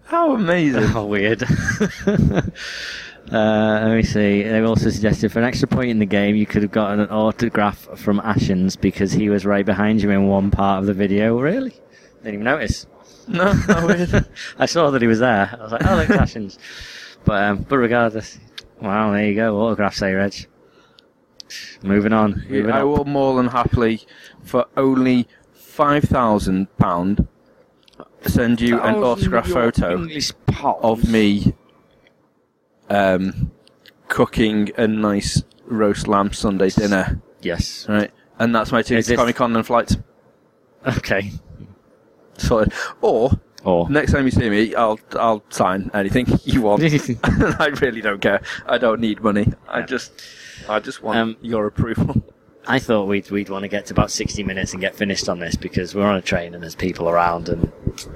[SPEAKER 1] How amazing!
[SPEAKER 3] Oh, weird. uh, let me see. They also suggested for an extra point in the game, you could have gotten an autograph from Ashens because he was right behind you in one part of the video. Really? Didn't even notice.
[SPEAKER 1] Oh, no, how weird.
[SPEAKER 3] I saw that he was there. I was like, oh, look, Ashens. But, um, but regardless, wow, there you go. Autographs, eh, Reg? Moving on. Moving
[SPEAKER 1] I
[SPEAKER 3] up.
[SPEAKER 1] will more than happily, for only five thousand pound, send you an autograph photo of me, um, cooking a nice roast lamb Sunday dinner.
[SPEAKER 3] Yes.
[SPEAKER 1] Right, and that's my two
[SPEAKER 3] Is this-
[SPEAKER 1] Comic Con and flights.
[SPEAKER 3] Okay.
[SPEAKER 1] Sorted. Or
[SPEAKER 3] Or.
[SPEAKER 1] next time you see me, I'll I'll sign anything you want. I really don't care. I don't need money. I
[SPEAKER 3] Yeah.
[SPEAKER 1] just I just want
[SPEAKER 3] Um,
[SPEAKER 1] your approval.
[SPEAKER 3] I thought we'd we'd want to get to about sixty minutes and get finished on this because we're on a train and there's people around and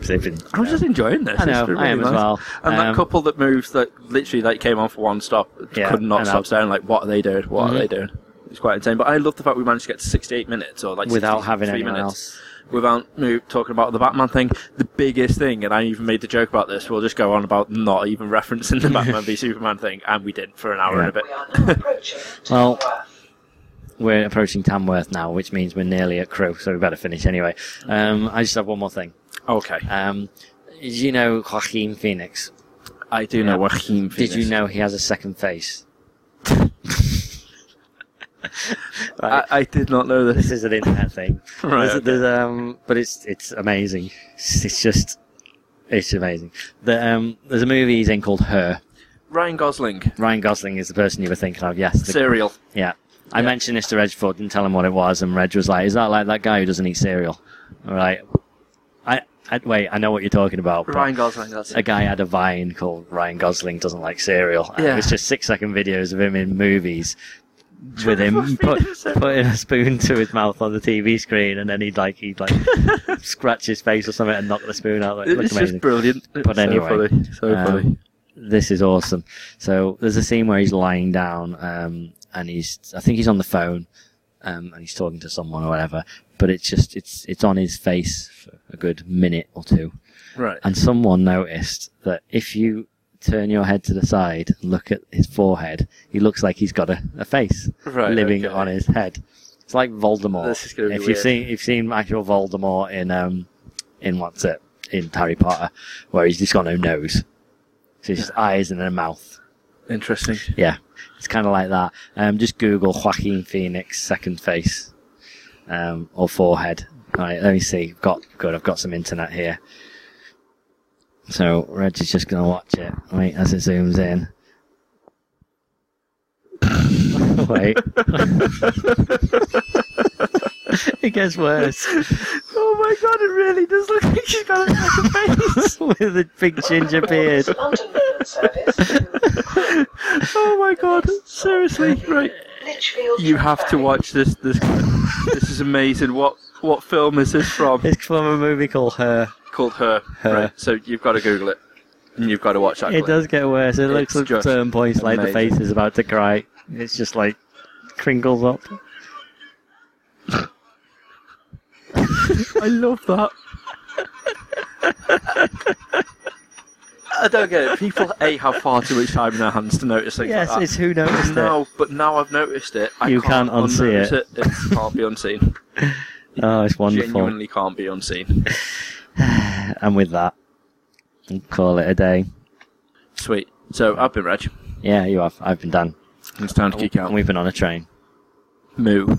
[SPEAKER 3] they've been.
[SPEAKER 1] I'm just enjoying this.
[SPEAKER 3] I know,
[SPEAKER 1] It's really
[SPEAKER 3] I am as
[SPEAKER 1] nice.
[SPEAKER 3] well.
[SPEAKER 1] And that
[SPEAKER 3] Um,
[SPEAKER 1] couple that moves that literally like came on for one stop
[SPEAKER 3] Yeah,
[SPEAKER 1] could not
[SPEAKER 3] and
[SPEAKER 1] stop
[SPEAKER 3] out.
[SPEAKER 1] staring. Like, what are they doing? What
[SPEAKER 3] Mhm.
[SPEAKER 1] are they doing? It's quite insane. But I love the fact we managed to get to 68 minutes or like
[SPEAKER 3] Without
[SPEAKER 1] 63
[SPEAKER 3] having anyone
[SPEAKER 1] minutes
[SPEAKER 3] else.
[SPEAKER 1] without move, talking about the Batman thing. The biggest thing, and I even made the joke about this. We'll just go on about not even referencing the Batman v Superman thing, and we did for an hour and a bit.
[SPEAKER 4] We are now approaching
[SPEAKER 3] Well,
[SPEAKER 4] Tamworth.
[SPEAKER 3] We're approaching Tamworth now, which means we're nearly at crew, so we better finish anyway. Um, I just have one more thing.
[SPEAKER 1] Okay,
[SPEAKER 3] Um, did you know Joaquin Phoenix?
[SPEAKER 1] I do know Joaquin. Phoenix.
[SPEAKER 3] Did you know he has a second face?
[SPEAKER 1] I, I did not know this.
[SPEAKER 3] This is an internet thing,
[SPEAKER 1] Right,
[SPEAKER 3] There's, there's, um, but it's it's amazing. It's, it's just it's amazing. The, um, there's a movie he's in called Her.
[SPEAKER 1] Ryan Gosling,
[SPEAKER 3] Ryan Gosling is the person you were thinking of. Yes, the
[SPEAKER 1] serial.
[SPEAKER 3] Yeah. I mentioned this to Reg Ford, didn't tell him what it was, and Reg was like, Is that like that guy who doesn't eat cereal? All right. I I, wait, I know what you're talking about. but
[SPEAKER 1] Ryan Gosling, that's
[SPEAKER 3] A guy had a vine called Ryan Gosling doesn't like cereal. And
[SPEAKER 1] Yeah.
[SPEAKER 3] It was just six second videos of him in movies with him put, putting a spoon to his mouth on the TV screen, and then he'd like he'd like scratch his face or something and knock the spoon out. Like, it looked
[SPEAKER 1] It's
[SPEAKER 3] amazing.
[SPEAKER 1] just brilliant.
[SPEAKER 3] But
[SPEAKER 1] So
[SPEAKER 3] anyway,
[SPEAKER 1] funny, so
[SPEAKER 3] um,
[SPEAKER 1] funny.
[SPEAKER 3] this is awesome. So there's a scene where he's lying down, um, and he's I think he's on the phone, um, and he's talking to someone or whatever. But it's just it's it's on his face for a good minute or two,
[SPEAKER 1] Right.
[SPEAKER 3] and someone noticed that if you turn your head to the side and look at his forehead, he looks like he's got a, a face
[SPEAKER 1] Right,
[SPEAKER 3] living
[SPEAKER 1] okay.
[SPEAKER 3] on his head. It's like Voldemort.
[SPEAKER 1] This is gonna be
[SPEAKER 3] if
[SPEAKER 1] weird.
[SPEAKER 3] you've seen if you've seen actual Voldemort in um in what's it in Harry Potter, where he's just got no nose, so it's just eyes and then a mouth.
[SPEAKER 1] Interesting.
[SPEAKER 3] Yeah, it's kind of like that. Um, just Google Joaquin Phoenix second face, um, or forehead. All right, let me see. Got good. I've got some internet here. So Reg is just gonna watch it. Wait, as it zooms in. Wait. it gets worse
[SPEAKER 1] Oh my god, it really does look like she's got a fucking face.
[SPEAKER 3] with a big ginger beard.
[SPEAKER 4] London Midland service to
[SPEAKER 1] Oh my god, seriously, right.
[SPEAKER 4] Lichfield.
[SPEAKER 1] You have to
[SPEAKER 4] Trafford.
[SPEAKER 1] watch this. This this is amazing. What what film is this from?
[SPEAKER 3] It's from a movie called Her.
[SPEAKER 1] Called Her.
[SPEAKER 3] Her.
[SPEAKER 1] Right. So you've got to Google it, and you've got to watch that.
[SPEAKER 3] It
[SPEAKER 1] clip.
[SPEAKER 3] does get worse. It
[SPEAKER 1] It's
[SPEAKER 3] looks at
[SPEAKER 1] just
[SPEAKER 3] certain points like the
[SPEAKER 1] amazing.
[SPEAKER 3] face is about to cry. It's just like crinkles up.
[SPEAKER 1] I love that. I don't get it. People a have far too much time in their hands to notice things
[SPEAKER 3] Yes,
[SPEAKER 1] like that.
[SPEAKER 3] it's who noticed
[SPEAKER 1] no, but now I've noticed it. I
[SPEAKER 3] You can't unsee
[SPEAKER 1] unnotice
[SPEAKER 3] it.
[SPEAKER 1] It It can't be unseen.
[SPEAKER 3] it. Oh, it's wonderful.
[SPEAKER 1] Genuinely can't be unseen.
[SPEAKER 3] And with that, we'll call it a day.
[SPEAKER 1] Sweet. So I've been Reg.
[SPEAKER 3] Yeah, you have. I've been done.
[SPEAKER 1] It's time to kick
[SPEAKER 3] And
[SPEAKER 1] out.
[SPEAKER 3] we've been on a train.
[SPEAKER 1] Moo.